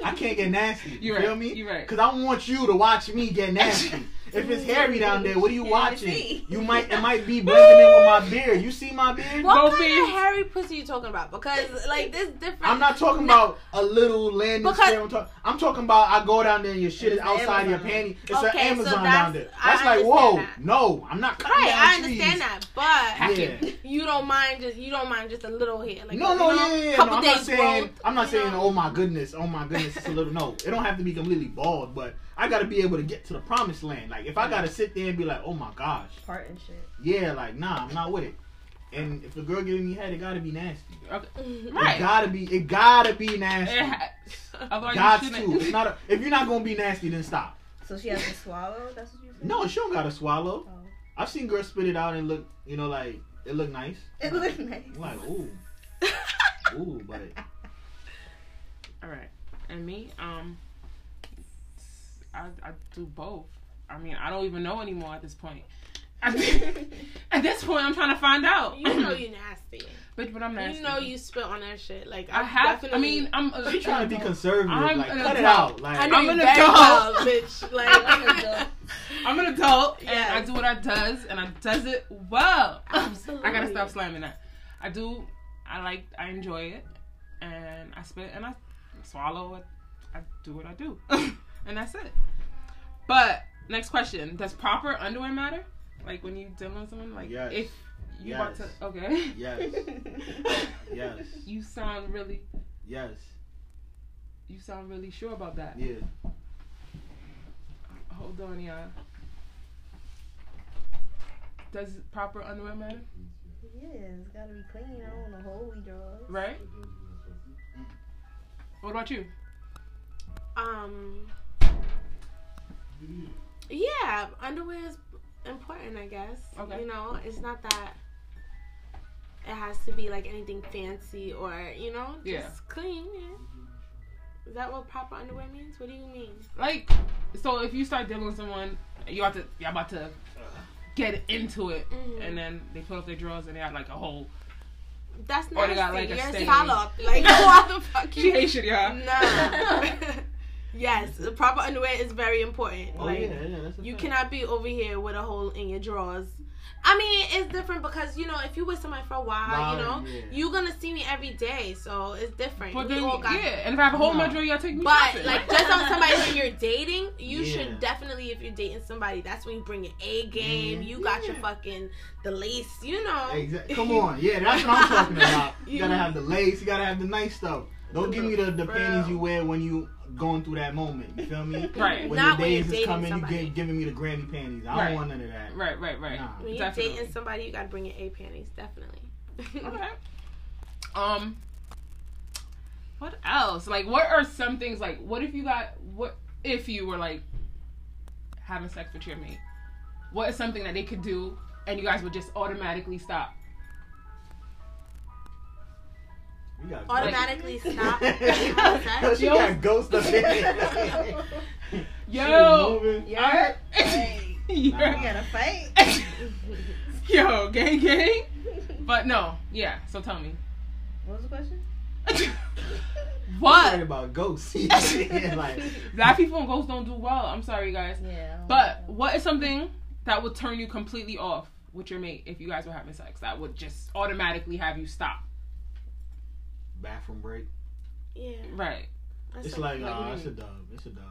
Speaker 4: I can't get nasty. You
Speaker 1: You're
Speaker 4: feel
Speaker 1: right.
Speaker 4: me?
Speaker 1: You're right.
Speaker 4: Cause I want you to watch me get nasty. if it's hairy down there, what are you
Speaker 2: Yeah, I
Speaker 4: watching?
Speaker 2: see.
Speaker 4: You might it might be blending in with my beard. You see my beard?
Speaker 3: What
Speaker 1: Go
Speaker 3: kind
Speaker 1: beans.
Speaker 3: of hairy pussy you talking about? Because like this different.
Speaker 4: I'm not talking
Speaker 3: No.
Speaker 4: about a little landing
Speaker 3: Because-
Speaker 4: strip. I'm, talk- I'm talking about I go down there and your shit is
Speaker 2: It's
Speaker 4: outside your
Speaker 2: Amazon.
Speaker 4: panty. It's
Speaker 3: Okay, so
Speaker 4: an Amazon
Speaker 3: that's-
Speaker 4: down there.
Speaker 3: I
Speaker 4: That's like,
Speaker 3: understand
Speaker 4: whoa,
Speaker 3: that.
Speaker 4: no, I'm not cutting
Speaker 3: Right,
Speaker 4: down
Speaker 3: I
Speaker 4: trees.
Speaker 3: understand that. but
Speaker 4: Yeah.
Speaker 3: you don't mind just you don't mind just a little here. Like
Speaker 4: No,
Speaker 3: you
Speaker 4: no,
Speaker 3: know,
Speaker 4: yeah, yeah, yeah.
Speaker 3: couple
Speaker 4: No, I'm
Speaker 3: days
Speaker 4: not saying
Speaker 3: growth,
Speaker 4: I'm not
Speaker 3: you
Speaker 4: saying
Speaker 3: know.
Speaker 4: oh my goodness, oh my goodness, it's a little no. It don't have to be completely bald, but I gotta be able to get to the promised land. Like if I gotta sit there and be like, oh my gosh,
Speaker 2: Part and shit.
Speaker 4: yeah, like nah, I'm not with it. And if the girl giving me head, it gotta be nasty. It
Speaker 1: Right.
Speaker 4: gotta be. It gotta be nasty.
Speaker 1: It ha- Otherwise,
Speaker 4: Got
Speaker 1: you
Speaker 4: to. It's
Speaker 1: shouldn't.
Speaker 4: not. A, if you're not gonna be nasty, then stop.
Speaker 2: So she has to swallow. That's what you said.
Speaker 4: No, she don't gotta swallow.
Speaker 2: Oh.
Speaker 4: I've seen girls spit it out and look, you know, like it look nice.
Speaker 2: It looked nice.
Speaker 4: I'm like ooh, ooh, but
Speaker 1: All right. And me, um, I, I do both. I mean, I don't even know anymore at this point. at this point, I'm trying to find out.
Speaker 3: you know you nasty.
Speaker 1: Bitch, but I'm nasty.
Speaker 3: You know you spit on that shit. Like
Speaker 1: I have. I
Speaker 3: definitely-
Speaker 1: mean, I'm. A,
Speaker 4: she trying to be conservative.
Speaker 1: I'm
Speaker 4: like
Speaker 1: an
Speaker 4: cut it
Speaker 1: adult.
Speaker 4: out. Like
Speaker 3: I know
Speaker 1: I'm
Speaker 3: you
Speaker 1: an
Speaker 3: very
Speaker 1: adult.
Speaker 3: well, bitch. Like
Speaker 2: I'm an adult.
Speaker 1: I'm an adult,
Speaker 3: Yes.
Speaker 1: and I do what I does, and I does it well.
Speaker 3: Absolutely.
Speaker 1: I gotta stop slamming that. I do. I like. I enjoy it, and I spit and I swallow it. I do what I do, and that's it. But next question: Does proper underwear matter? Like when you dealing with someone, like
Speaker 4: Yes.
Speaker 1: if you want
Speaker 4: Yes.
Speaker 1: to, okay.
Speaker 4: yes, yes,
Speaker 1: You sound really.
Speaker 4: yes,
Speaker 1: You sound really sure about that.
Speaker 4: yeah.
Speaker 1: Hold on, y'all. Does proper underwear matter?
Speaker 2: Yeah, it's gotta be clean. I don't want to holy draws.
Speaker 1: Right. What about you?
Speaker 3: um yeah underwear is important i guess
Speaker 1: Okay.
Speaker 3: you know it's not that it has to be like anything fancy or you know just
Speaker 1: Yeah.
Speaker 3: clean yeah. is that what proper underwear means what do you mean
Speaker 1: Like, so if you start dealing with someone, you about to you're about to get into it,
Speaker 3: Mhm.
Speaker 1: Mm-hmm. and then they pull up their drawers and they have like a whole.
Speaker 3: that's
Speaker 1: Or
Speaker 3: not
Speaker 1: they got, like, a
Speaker 3: you're
Speaker 1: stain.
Speaker 3: scallop like what the fuck
Speaker 1: She
Speaker 3: you
Speaker 1: hates shit, y'all.
Speaker 3: nah yes the proper underwear is very important
Speaker 4: Oh
Speaker 3: like
Speaker 4: yeah, yeah. That's a
Speaker 1: Mm-hmm.
Speaker 3: You
Speaker 4: fact.
Speaker 3: cannot be over here with a hole in your drawers. I mean, it's different because you know if you with somebody for a while, you
Speaker 4: Wow,
Speaker 3: know
Speaker 4: yeah.
Speaker 3: you're gonna see me every day, so it's different.
Speaker 1: But
Speaker 3: We
Speaker 1: then,
Speaker 3: all got-
Speaker 1: yeah, and if I have a hole in my
Speaker 4: Nah.
Speaker 1: drawer, y'all take me.
Speaker 3: But
Speaker 1: shopping.
Speaker 3: like just on somebody that you're dating, you
Speaker 4: Yeah.
Speaker 3: should definitely if you're dating somebody, that's when you bring your A game.
Speaker 4: Yeah.
Speaker 3: You got your
Speaker 4: Yeah.
Speaker 3: fucking the lace, you know.
Speaker 4: Exactly. Come on, yeah, that's what I'm talking about. You
Speaker 3: You-
Speaker 4: gotta have the lace. You gotta have the nice stuff. Don't give me the, the
Speaker 3: Bro.
Speaker 4: panties you wear when you going through that moment. You feel me?
Speaker 1: Right.
Speaker 4: When
Speaker 3: Not
Speaker 4: the
Speaker 3: when you're
Speaker 4: days is
Speaker 3: dating
Speaker 4: coming, you
Speaker 3: somebody.
Speaker 4: get, giving me the granny panties. I don't
Speaker 1: Right.
Speaker 4: want none of that.
Speaker 1: right, right, right.
Speaker 4: Nah.
Speaker 3: When you're
Speaker 1: Definitely.
Speaker 3: dating somebody, you gotta bring your A panties, definitely.
Speaker 1: Okay. Um. What else? Like, what are some things? Like, what if you got what if you were like having sex with your mate? What is something that they could do and you guys would just automatically stop?
Speaker 4: You got
Speaker 3: Automatically stop.
Speaker 4: Cause she got ghost up in it.
Speaker 1: Yo,
Speaker 4: She moving.
Speaker 2: Yeah.
Speaker 1: Hey.
Speaker 2: Hey.
Speaker 1: Yeah.
Speaker 2: We gotta fight.
Speaker 1: Yo, gang, gang. But no, yeah. So tell me,
Speaker 2: What was the question?
Speaker 4: Worried
Speaker 1: what
Speaker 4: about ghosts. Yeah, like,
Speaker 1: black people and ghosts don't do well. I'm sorry, guys.
Speaker 2: Yeah.
Speaker 1: But what is something that would turn you completely off with your mate if you guys were having sex? That would just automatically have you stop.
Speaker 4: bathroom break.
Speaker 3: yeah.
Speaker 1: Right.
Speaker 3: that's
Speaker 4: It's
Speaker 3: a-
Speaker 4: like,
Speaker 1: like,
Speaker 4: uh,
Speaker 1: what
Speaker 4: it's
Speaker 1: do
Speaker 4: a
Speaker 1: you
Speaker 4: dub. It's a dub.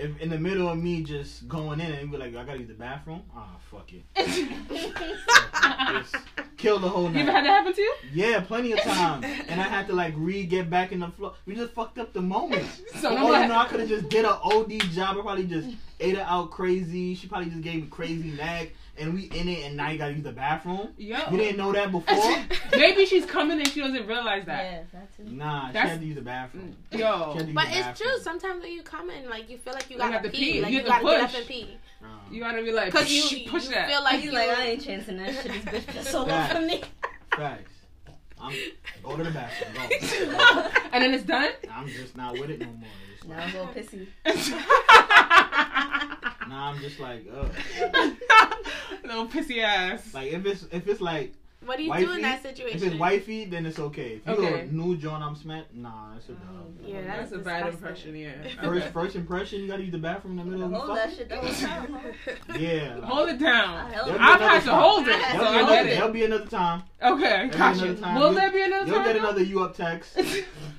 Speaker 4: If in the middle of me just going in and be like, I gotta use the bathroom. Ah, fuck it. Just kill the whole
Speaker 1: You ever had
Speaker 4: night.
Speaker 1: that happen to you?
Speaker 4: Yeah, plenty of times. And I had to like re get back in the flow. We just fucked up the moment.
Speaker 1: So no
Speaker 4: oh
Speaker 1: one-
Speaker 4: no, I could have just did an OD job. I probably just ate her out crazy. She probably just gave me crazy neck, and we in it. And now you gotta use the bathroom. You
Speaker 1: Yo.
Speaker 4: didn't know that before.
Speaker 1: Maybe she's coming and she doesn't realize that.
Speaker 2: Yeah, that too.
Speaker 4: Nah, she
Speaker 1: That's-
Speaker 4: had to use the bathroom. She had to
Speaker 1: Yo,
Speaker 4: use
Speaker 3: But
Speaker 4: the
Speaker 3: it's
Speaker 4: bathroom.
Speaker 3: true. Sometimes when you come in, like you feel like you
Speaker 1: You have
Speaker 3: gotta
Speaker 1: to
Speaker 3: pee.
Speaker 1: pee.
Speaker 3: Like
Speaker 1: You
Speaker 3: you,
Speaker 1: have
Speaker 3: gotta
Speaker 1: to
Speaker 3: get up
Speaker 1: push.
Speaker 3: and pee.
Speaker 4: Nah.
Speaker 1: you gotta be like,
Speaker 3: Cause you,
Speaker 1: push, push
Speaker 3: you
Speaker 1: that.
Speaker 3: feel like
Speaker 2: He's
Speaker 3: you
Speaker 2: like, I ain't chancing that shit. This bitch just so long for me.
Speaker 4: Facts. I'm go to the bathroom. Go.
Speaker 1: and then it's done.
Speaker 4: I'm just not with it no more. It's
Speaker 2: Now I'm
Speaker 4: like,
Speaker 2: a little pissy.
Speaker 4: nah, I'm just like, uh,
Speaker 1: Little pissy ass.
Speaker 4: like if it's if it's like
Speaker 3: What do you do
Speaker 4: Wifey?
Speaker 3: in that
Speaker 4: if
Speaker 3: situation?
Speaker 4: it's wifey, then it's okay. If you
Speaker 1: Okay.
Speaker 4: a new John, I'm smacked. Nah, that's a dub.
Speaker 2: Oh,
Speaker 3: Yeah,
Speaker 1: That's
Speaker 3: that's,
Speaker 1: a bad impression.
Speaker 3: disgusting.
Speaker 1: Yeah.
Speaker 4: First
Speaker 1: Okay.
Speaker 4: first impression, you gotta use the bathroom in the middle of the
Speaker 2: Hold that
Speaker 4: fucking.
Speaker 2: shit the whole time. huh?
Speaker 4: Yeah. like,
Speaker 1: Hold it down.
Speaker 2: Hell
Speaker 4: There'll be
Speaker 2: no.
Speaker 1: I've had
Speaker 4: another
Speaker 1: to
Speaker 4: time.
Speaker 1: hold it, so
Speaker 4: There'll be,
Speaker 1: I
Speaker 4: another,
Speaker 1: get it.
Speaker 4: there'll be another time.
Speaker 1: Okay,
Speaker 4: be
Speaker 1: gotcha.
Speaker 4: another time.
Speaker 1: Will
Speaker 4: You'll-
Speaker 1: there be another
Speaker 4: You'll
Speaker 1: time?
Speaker 4: get another you up text. You'll get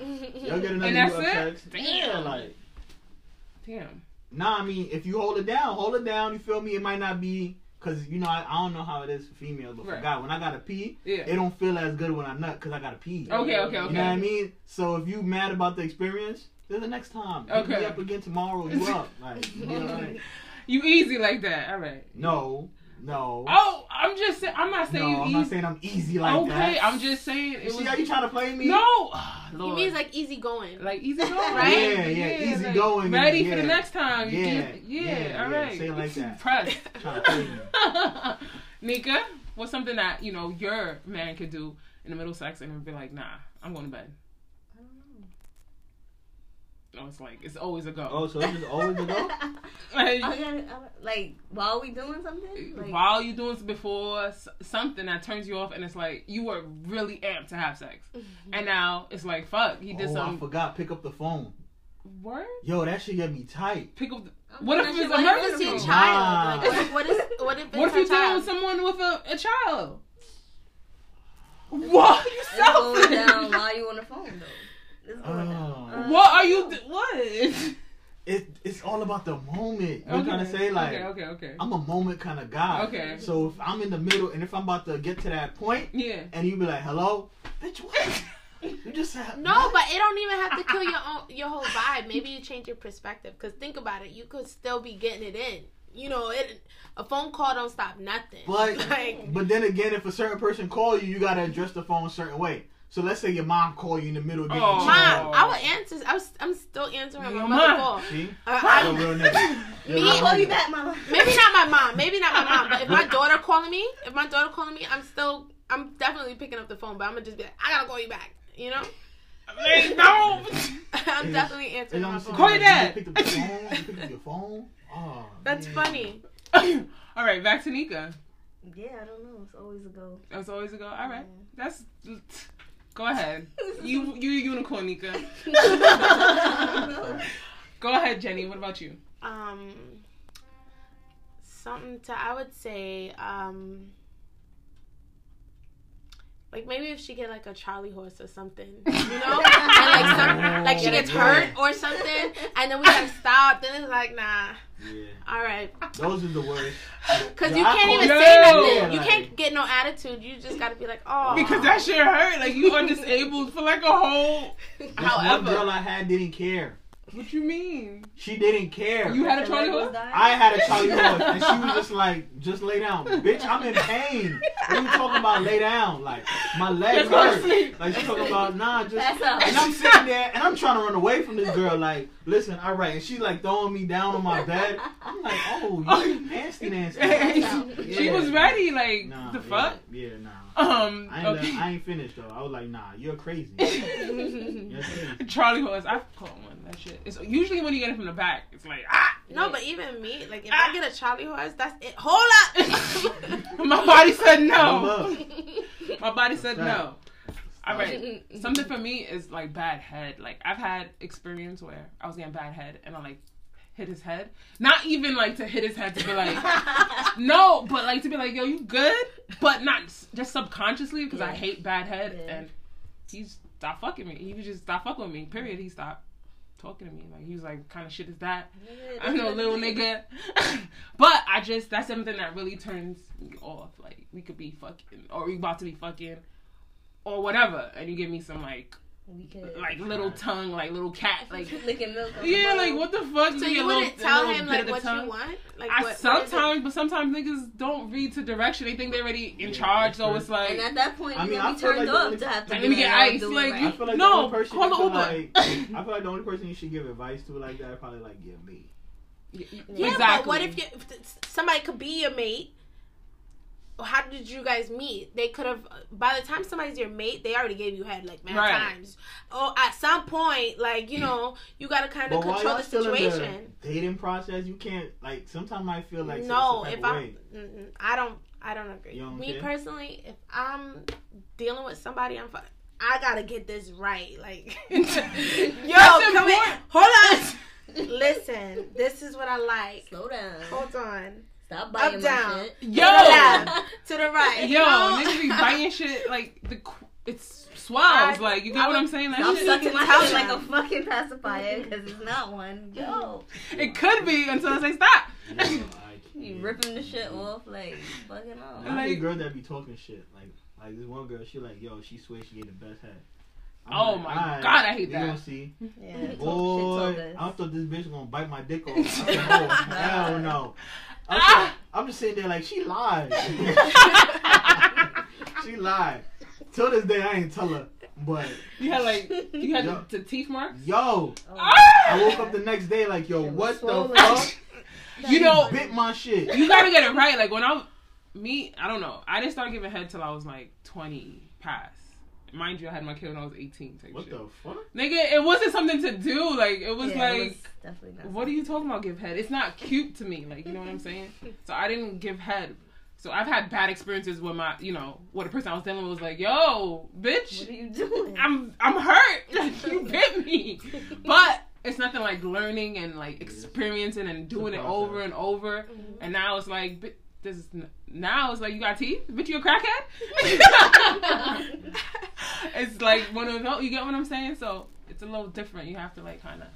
Speaker 4: another
Speaker 1: And
Speaker 4: you
Speaker 1: that's
Speaker 4: up
Speaker 1: it?
Speaker 4: text. Yeah,
Speaker 1: Damn.
Speaker 4: like
Speaker 1: Damn.
Speaker 4: Nah, I mean, if you hold it down, hold it down. You feel me? It might not be Cause you know I, I don't know how it is for females, but for
Speaker 1: Right.
Speaker 4: guy when I gotta pee,
Speaker 1: Yeah.
Speaker 4: it don't feel as good when I nut because I gotta pee.
Speaker 1: Okay, okay, okay.
Speaker 4: You know what I mean? So if you mad about the experience, then the next time. You
Speaker 1: Okay.
Speaker 4: Be up again tomorrow. You up? Like, you know what I mean?
Speaker 1: You easy like that. All right.
Speaker 4: No, no.
Speaker 1: Oh, I'm just saying. I'm not saying
Speaker 4: no,
Speaker 1: you
Speaker 4: I'm
Speaker 1: easy.
Speaker 4: not saying I'm easy like that.
Speaker 1: okay, I'm just saying it
Speaker 4: You see
Speaker 1: was.
Speaker 4: how you trying to play me?
Speaker 1: no. Ah,
Speaker 3: He
Speaker 1: Lord.
Speaker 3: means like easy going.
Speaker 1: Like easy going,
Speaker 3: Right?
Speaker 4: Yeah, yeah, easy going,
Speaker 1: Ready
Speaker 4: yeah.
Speaker 1: for the next time. You
Speaker 4: Yeah,
Speaker 1: keep- yeah,
Speaker 4: yeah,
Speaker 1: all
Speaker 4: yeah,
Speaker 1: right.
Speaker 4: say it like that.
Speaker 1: Impressed.
Speaker 4: Trying to play me.
Speaker 1: Nika, what's something that you know your man could do in the middle of sex and be like, nah, I'm going to bed.
Speaker 2: I don't know.
Speaker 1: No, it's like it's always a go.
Speaker 4: Oh, so this is always a go?
Speaker 1: Like,
Speaker 2: I gotta, I- like while we doing something, like
Speaker 1: while you doing s- before s- something that turns you off, and it's like you were really amped to have sex, and now it's like fuck, he did
Speaker 4: oh, I
Speaker 1: some
Speaker 4: forgot. Pick up the phone.
Speaker 1: word.
Speaker 4: Yo, that shit get me tight.
Speaker 1: Pick up. The,
Speaker 2: I'm
Speaker 1: what if
Speaker 3: Like,
Speaker 1: it's
Speaker 3: what if it's
Speaker 1: emergency?
Speaker 3: your
Speaker 4: Nah.
Speaker 3: child? Like, what, what is what if it's
Speaker 1: What if
Speaker 3: her
Speaker 1: you dealing
Speaker 3: child?
Speaker 1: with someone with a, a child? What? You
Speaker 2: it's going down
Speaker 1: selfish.
Speaker 2: while you on the phone though. It's going down. Uh,
Speaker 4: Oh.
Speaker 1: What are you? d- What?
Speaker 4: It, it's all about the moment. You know what I'm trying to say? Like,
Speaker 1: okay, okay, okay.
Speaker 4: I'm a moment kind of guy.
Speaker 1: Okay.
Speaker 4: So if I'm in the middle and if I'm about to get to that point
Speaker 1: yeah.
Speaker 4: and you be like, hello, bitch, what? you just said
Speaker 3: No, but it don't even have to kill your own your whole vibe. Maybe you change your perspective. Cause think about it, you could still be getting it in. You know, it a phone call don't stop nothing.
Speaker 4: But
Speaker 3: like
Speaker 4: but then again, if a certain person call you, you gotta address the phone a certain way. So let's say your mom call you in the middle of getting
Speaker 1: Oh.
Speaker 4: you
Speaker 3: mom,
Speaker 1: Oh.
Speaker 3: I will answer. I was, I'm still answering my
Speaker 1: Your
Speaker 3: mother
Speaker 1: mom.
Speaker 3: call.
Speaker 4: See,
Speaker 3: Uh,
Speaker 4: Your
Speaker 3: I,
Speaker 4: real nigga. Your
Speaker 3: Me?
Speaker 4: real
Speaker 2: I'll call you
Speaker 4: nigga.
Speaker 2: back, mama.
Speaker 3: maybe not my mom. Maybe not my mom. But if my daughter calling me, if my daughter calling me, I'm still, I'm definitely picking up the phone. But I'm gonna just be like, I gotta call you back. You know,
Speaker 1: Like, no.
Speaker 3: I'm
Speaker 4: Yes.
Speaker 3: definitely
Speaker 4: And
Speaker 3: answering
Speaker 4: I'm
Speaker 3: my
Speaker 4: sitting
Speaker 3: phone.
Speaker 1: Call your
Speaker 4: there,
Speaker 1: dad.
Speaker 4: You picked up your phone. You picked up your phone. Oh,
Speaker 3: That's
Speaker 4: man.
Speaker 3: funny.
Speaker 1: All right, back to Nika.
Speaker 2: Yeah, I don't know. It's always a go.
Speaker 1: That's always a go. All right, that's. Go ahead. You you a unicorn, Nika. Go ahead, Jenny. What about you?
Speaker 3: Um, something to I would say, um, like maybe if she get like a Charlie horse or something, you know, and like some, like she
Speaker 4: Yeah,
Speaker 3: gets
Speaker 4: yeah.
Speaker 3: hurt or something, and then we gotta stop. Then it's like, nah,
Speaker 4: Yeah,
Speaker 3: all right.
Speaker 4: those are the worst.
Speaker 3: Cause
Speaker 4: Yeah,
Speaker 3: you
Speaker 4: I
Speaker 3: can't
Speaker 4: call-
Speaker 3: even
Speaker 1: No.
Speaker 3: say nothing.
Speaker 4: Yeah,
Speaker 3: you
Speaker 4: like-
Speaker 3: can't get no attitude. You just gotta be like, oh.
Speaker 1: Because that shit hurt. Like you are disabled for like a whole.
Speaker 4: This one
Speaker 1: However-
Speaker 4: girl I had didn't care.
Speaker 1: What you mean?
Speaker 4: She didn't care.
Speaker 1: You had a Charlie
Speaker 2: Your leg was
Speaker 1: horse.
Speaker 2: dying?
Speaker 4: I had a Charlie horse, and she was just like, "Just lay down, bitch. I'm in pain. What are you talking about? Lay down. Like my leg
Speaker 1: Just go to
Speaker 4: hurts.
Speaker 1: sleep.
Speaker 4: Like she's talking about nah, just."
Speaker 2: That's all.
Speaker 4: And I'm sitting there, and I'm trying to run away from this girl. Like, listen, all right. And she's like throwing me down on my bed. I'm like, oh, you nasty, nasty.
Speaker 1: she was ready. Like
Speaker 4: Nah,
Speaker 1: the
Speaker 4: yeah,
Speaker 1: fuck.
Speaker 4: Yeah, nah.
Speaker 1: Um.
Speaker 4: I ain't,
Speaker 1: okay.
Speaker 4: I ain't finished though. I was like, nah, you're crazy. You're crazy.
Speaker 1: Charlie horse. I've caught one. That shit. It's usually when you get it from the back. It's like ah.
Speaker 3: No, but even me, like if I get a Charlie horse, that's it. Hold up.
Speaker 1: My body said
Speaker 4: No
Speaker 1: no.
Speaker 4: love.
Speaker 1: My body said
Speaker 4: Right.
Speaker 1: no. All right.
Speaker 2: Mhm.
Speaker 1: Something for me is like bad head. Like I've had experience where I was getting bad head and I like hit his head. Not even like to hit his head to be like no, but like to be like yo, you good? But not s- just subconsciously because I
Speaker 2: Yeah.
Speaker 1: hate bad head
Speaker 2: Yeah.
Speaker 1: and he stopped fucking me. He was just stopped fucking with me. Period. He stopped talking to me. Like he was like, kind of shit is that? I'm no little nigga. but I just that's something that really turns me off. Like we could be fucking or we about to be fucking or whatever. And you give me some like
Speaker 2: We could
Speaker 1: like little tongue, like little cat, like
Speaker 2: licking milk. on the
Speaker 1: Yeah,
Speaker 2: bone.
Speaker 1: like what the fuck? Give
Speaker 3: so
Speaker 1: me a
Speaker 3: you
Speaker 1: little-
Speaker 3: wouldn't
Speaker 1: a
Speaker 3: tell
Speaker 1: little
Speaker 3: him
Speaker 1: bit of
Speaker 3: like
Speaker 1: the
Speaker 3: what
Speaker 1: tongue.
Speaker 3: you want. Like
Speaker 1: I
Speaker 3: what, what is it?
Speaker 1: sometimes but sometimes niggas don't read to direction. They think they already in
Speaker 4: Yeah,
Speaker 1: charge,
Speaker 4: that's
Speaker 1: so
Speaker 4: true.
Speaker 1: it's like
Speaker 2: And at that point,
Speaker 4: I
Speaker 2: I
Speaker 4: mean,
Speaker 2: mean,
Speaker 4: I
Speaker 2: you
Speaker 4: feel
Speaker 2: turned
Speaker 4: like the
Speaker 2: off
Speaker 4: only-
Speaker 2: to have to.
Speaker 1: Let
Speaker 2: be
Speaker 1: me get
Speaker 2: like, I'm
Speaker 1: ice,
Speaker 2: doing
Speaker 1: like,
Speaker 2: right.
Speaker 4: I feel like
Speaker 1: No,
Speaker 4: the only person
Speaker 1: call
Speaker 4: you
Speaker 1: the
Speaker 4: could,
Speaker 1: Uber.
Speaker 4: like- I feel like the only person you should give advice to like that probably like yeah me.
Speaker 1: y- y-
Speaker 3: Yeah,
Speaker 1: exactly.
Speaker 3: but what if, you, if th- somebody could be your mate? How did you guys meet? They could have. By the time somebody's your mate, they already gave you head like many
Speaker 1: Right.
Speaker 3: times. Or at some point, like you know, you gotta kind of
Speaker 4: But while
Speaker 3: control
Speaker 4: y'all
Speaker 3: the
Speaker 4: still in
Speaker 3: situation.
Speaker 4: the dating process, you can't like. Sometimes I feel like
Speaker 3: no,
Speaker 4: some type
Speaker 3: if
Speaker 4: of
Speaker 3: I,
Speaker 4: way.
Speaker 3: mm, I don't, I don't agree.
Speaker 4: You don't
Speaker 3: Me
Speaker 4: care?
Speaker 3: personally, if I'm dealing with somebody, I'm fine. I gotta get this right. Like, yo,
Speaker 1: That's
Speaker 3: come here.
Speaker 1: important.
Speaker 3: Hold on. Listen, this is what I like.
Speaker 2: Slow down.
Speaker 3: Hold on.
Speaker 2: Stop biting my
Speaker 3: down.
Speaker 2: shit.
Speaker 1: yo
Speaker 3: Yeah, to the right.
Speaker 1: yo
Speaker 3: you know?
Speaker 1: niggas be biting shit like the qu- it's swells.
Speaker 3: I-
Speaker 1: like you
Speaker 3: I
Speaker 1: get what
Speaker 3: would-
Speaker 1: I'm saying? That
Speaker 2: Stop
Speaker 1: shit,
Speaker 2: sucking my
Speaker 3: Tell
Speaker 2: head like
Speaker 3: them.
Speaker 2: a fucking pacifier because it's not one. Yo.
Speaker 1: it could be until I say stop.
Speaker 4: Yeah, I
Speaker 2: You ripping the shit off, like fucking off.
Speaker 4: I like
Speaker 1: Like-
Speaker 4: girls that be talking shit. Like, like this one girl, she like, yo, she swears she get the best head.
Speaker 1: Oh my God, I hate
Speaker 4: you
Speaker 1: that.
Speaker 4: gonna see,
Speaker 2: Yeah, talk shit talk
Speaker 4: boy.
Speaker 2: us.
Speaker 4: I thought this bitch gonna bite my dick off. I said, oh, hell no. I'm,
Speaker 1: Ah!
Speaker 4: just, I'm just sitting there like she lied. she lied. Till this day, I ain't tell her. But
Speaker 1: You had like you had
Speaker 4: Yo.
Speaker 1: the, the teeth marks.
Speaker 4: yo,
Speaker 2: Oh,
Speaker 4: I woke up the next day like, yo,
Speaker 2: It was
Speaker 4: what the
Speaker 2: swollen.
Speaker 4: fuck?
Speaker 1: You know,
Speaker 4: bit my shit.
Speaker 1: you gotta get it right. Like when I, me, I don't know. I didn't start giving head till I was like twenty past. Mind you, I had my kid when I was eighteen. Type
Speaker 4: What
Speaker 1: shit.
Speaker 4: the fuck?
Speaker 1: Nigga, it wasn't something to do. Like it was
Speaker 2: yeah,
Speaker 1: like,
Speaker 2: it was definitely not
Speaker 1: what are you talking about? Give head. It's not cute to me. Like you know what I'm saying. So I didn't give head. So I've had bad experiences with my, you know, where the person I was dealing with was like, "Yo, bitch,
Speaker 2: What are you doing?
Speaker 1: I'm I'm hurt. Like, you bit me. But it's nothing like learning and like experiencing and doing it
Speaker 4: process.
Speaker 1: over and over. And now it's like bi- this is n- now it's like you got teeth, but you a crackhead. it's like one of those. You get what I'm saying? So it's a little different. You have to like kind of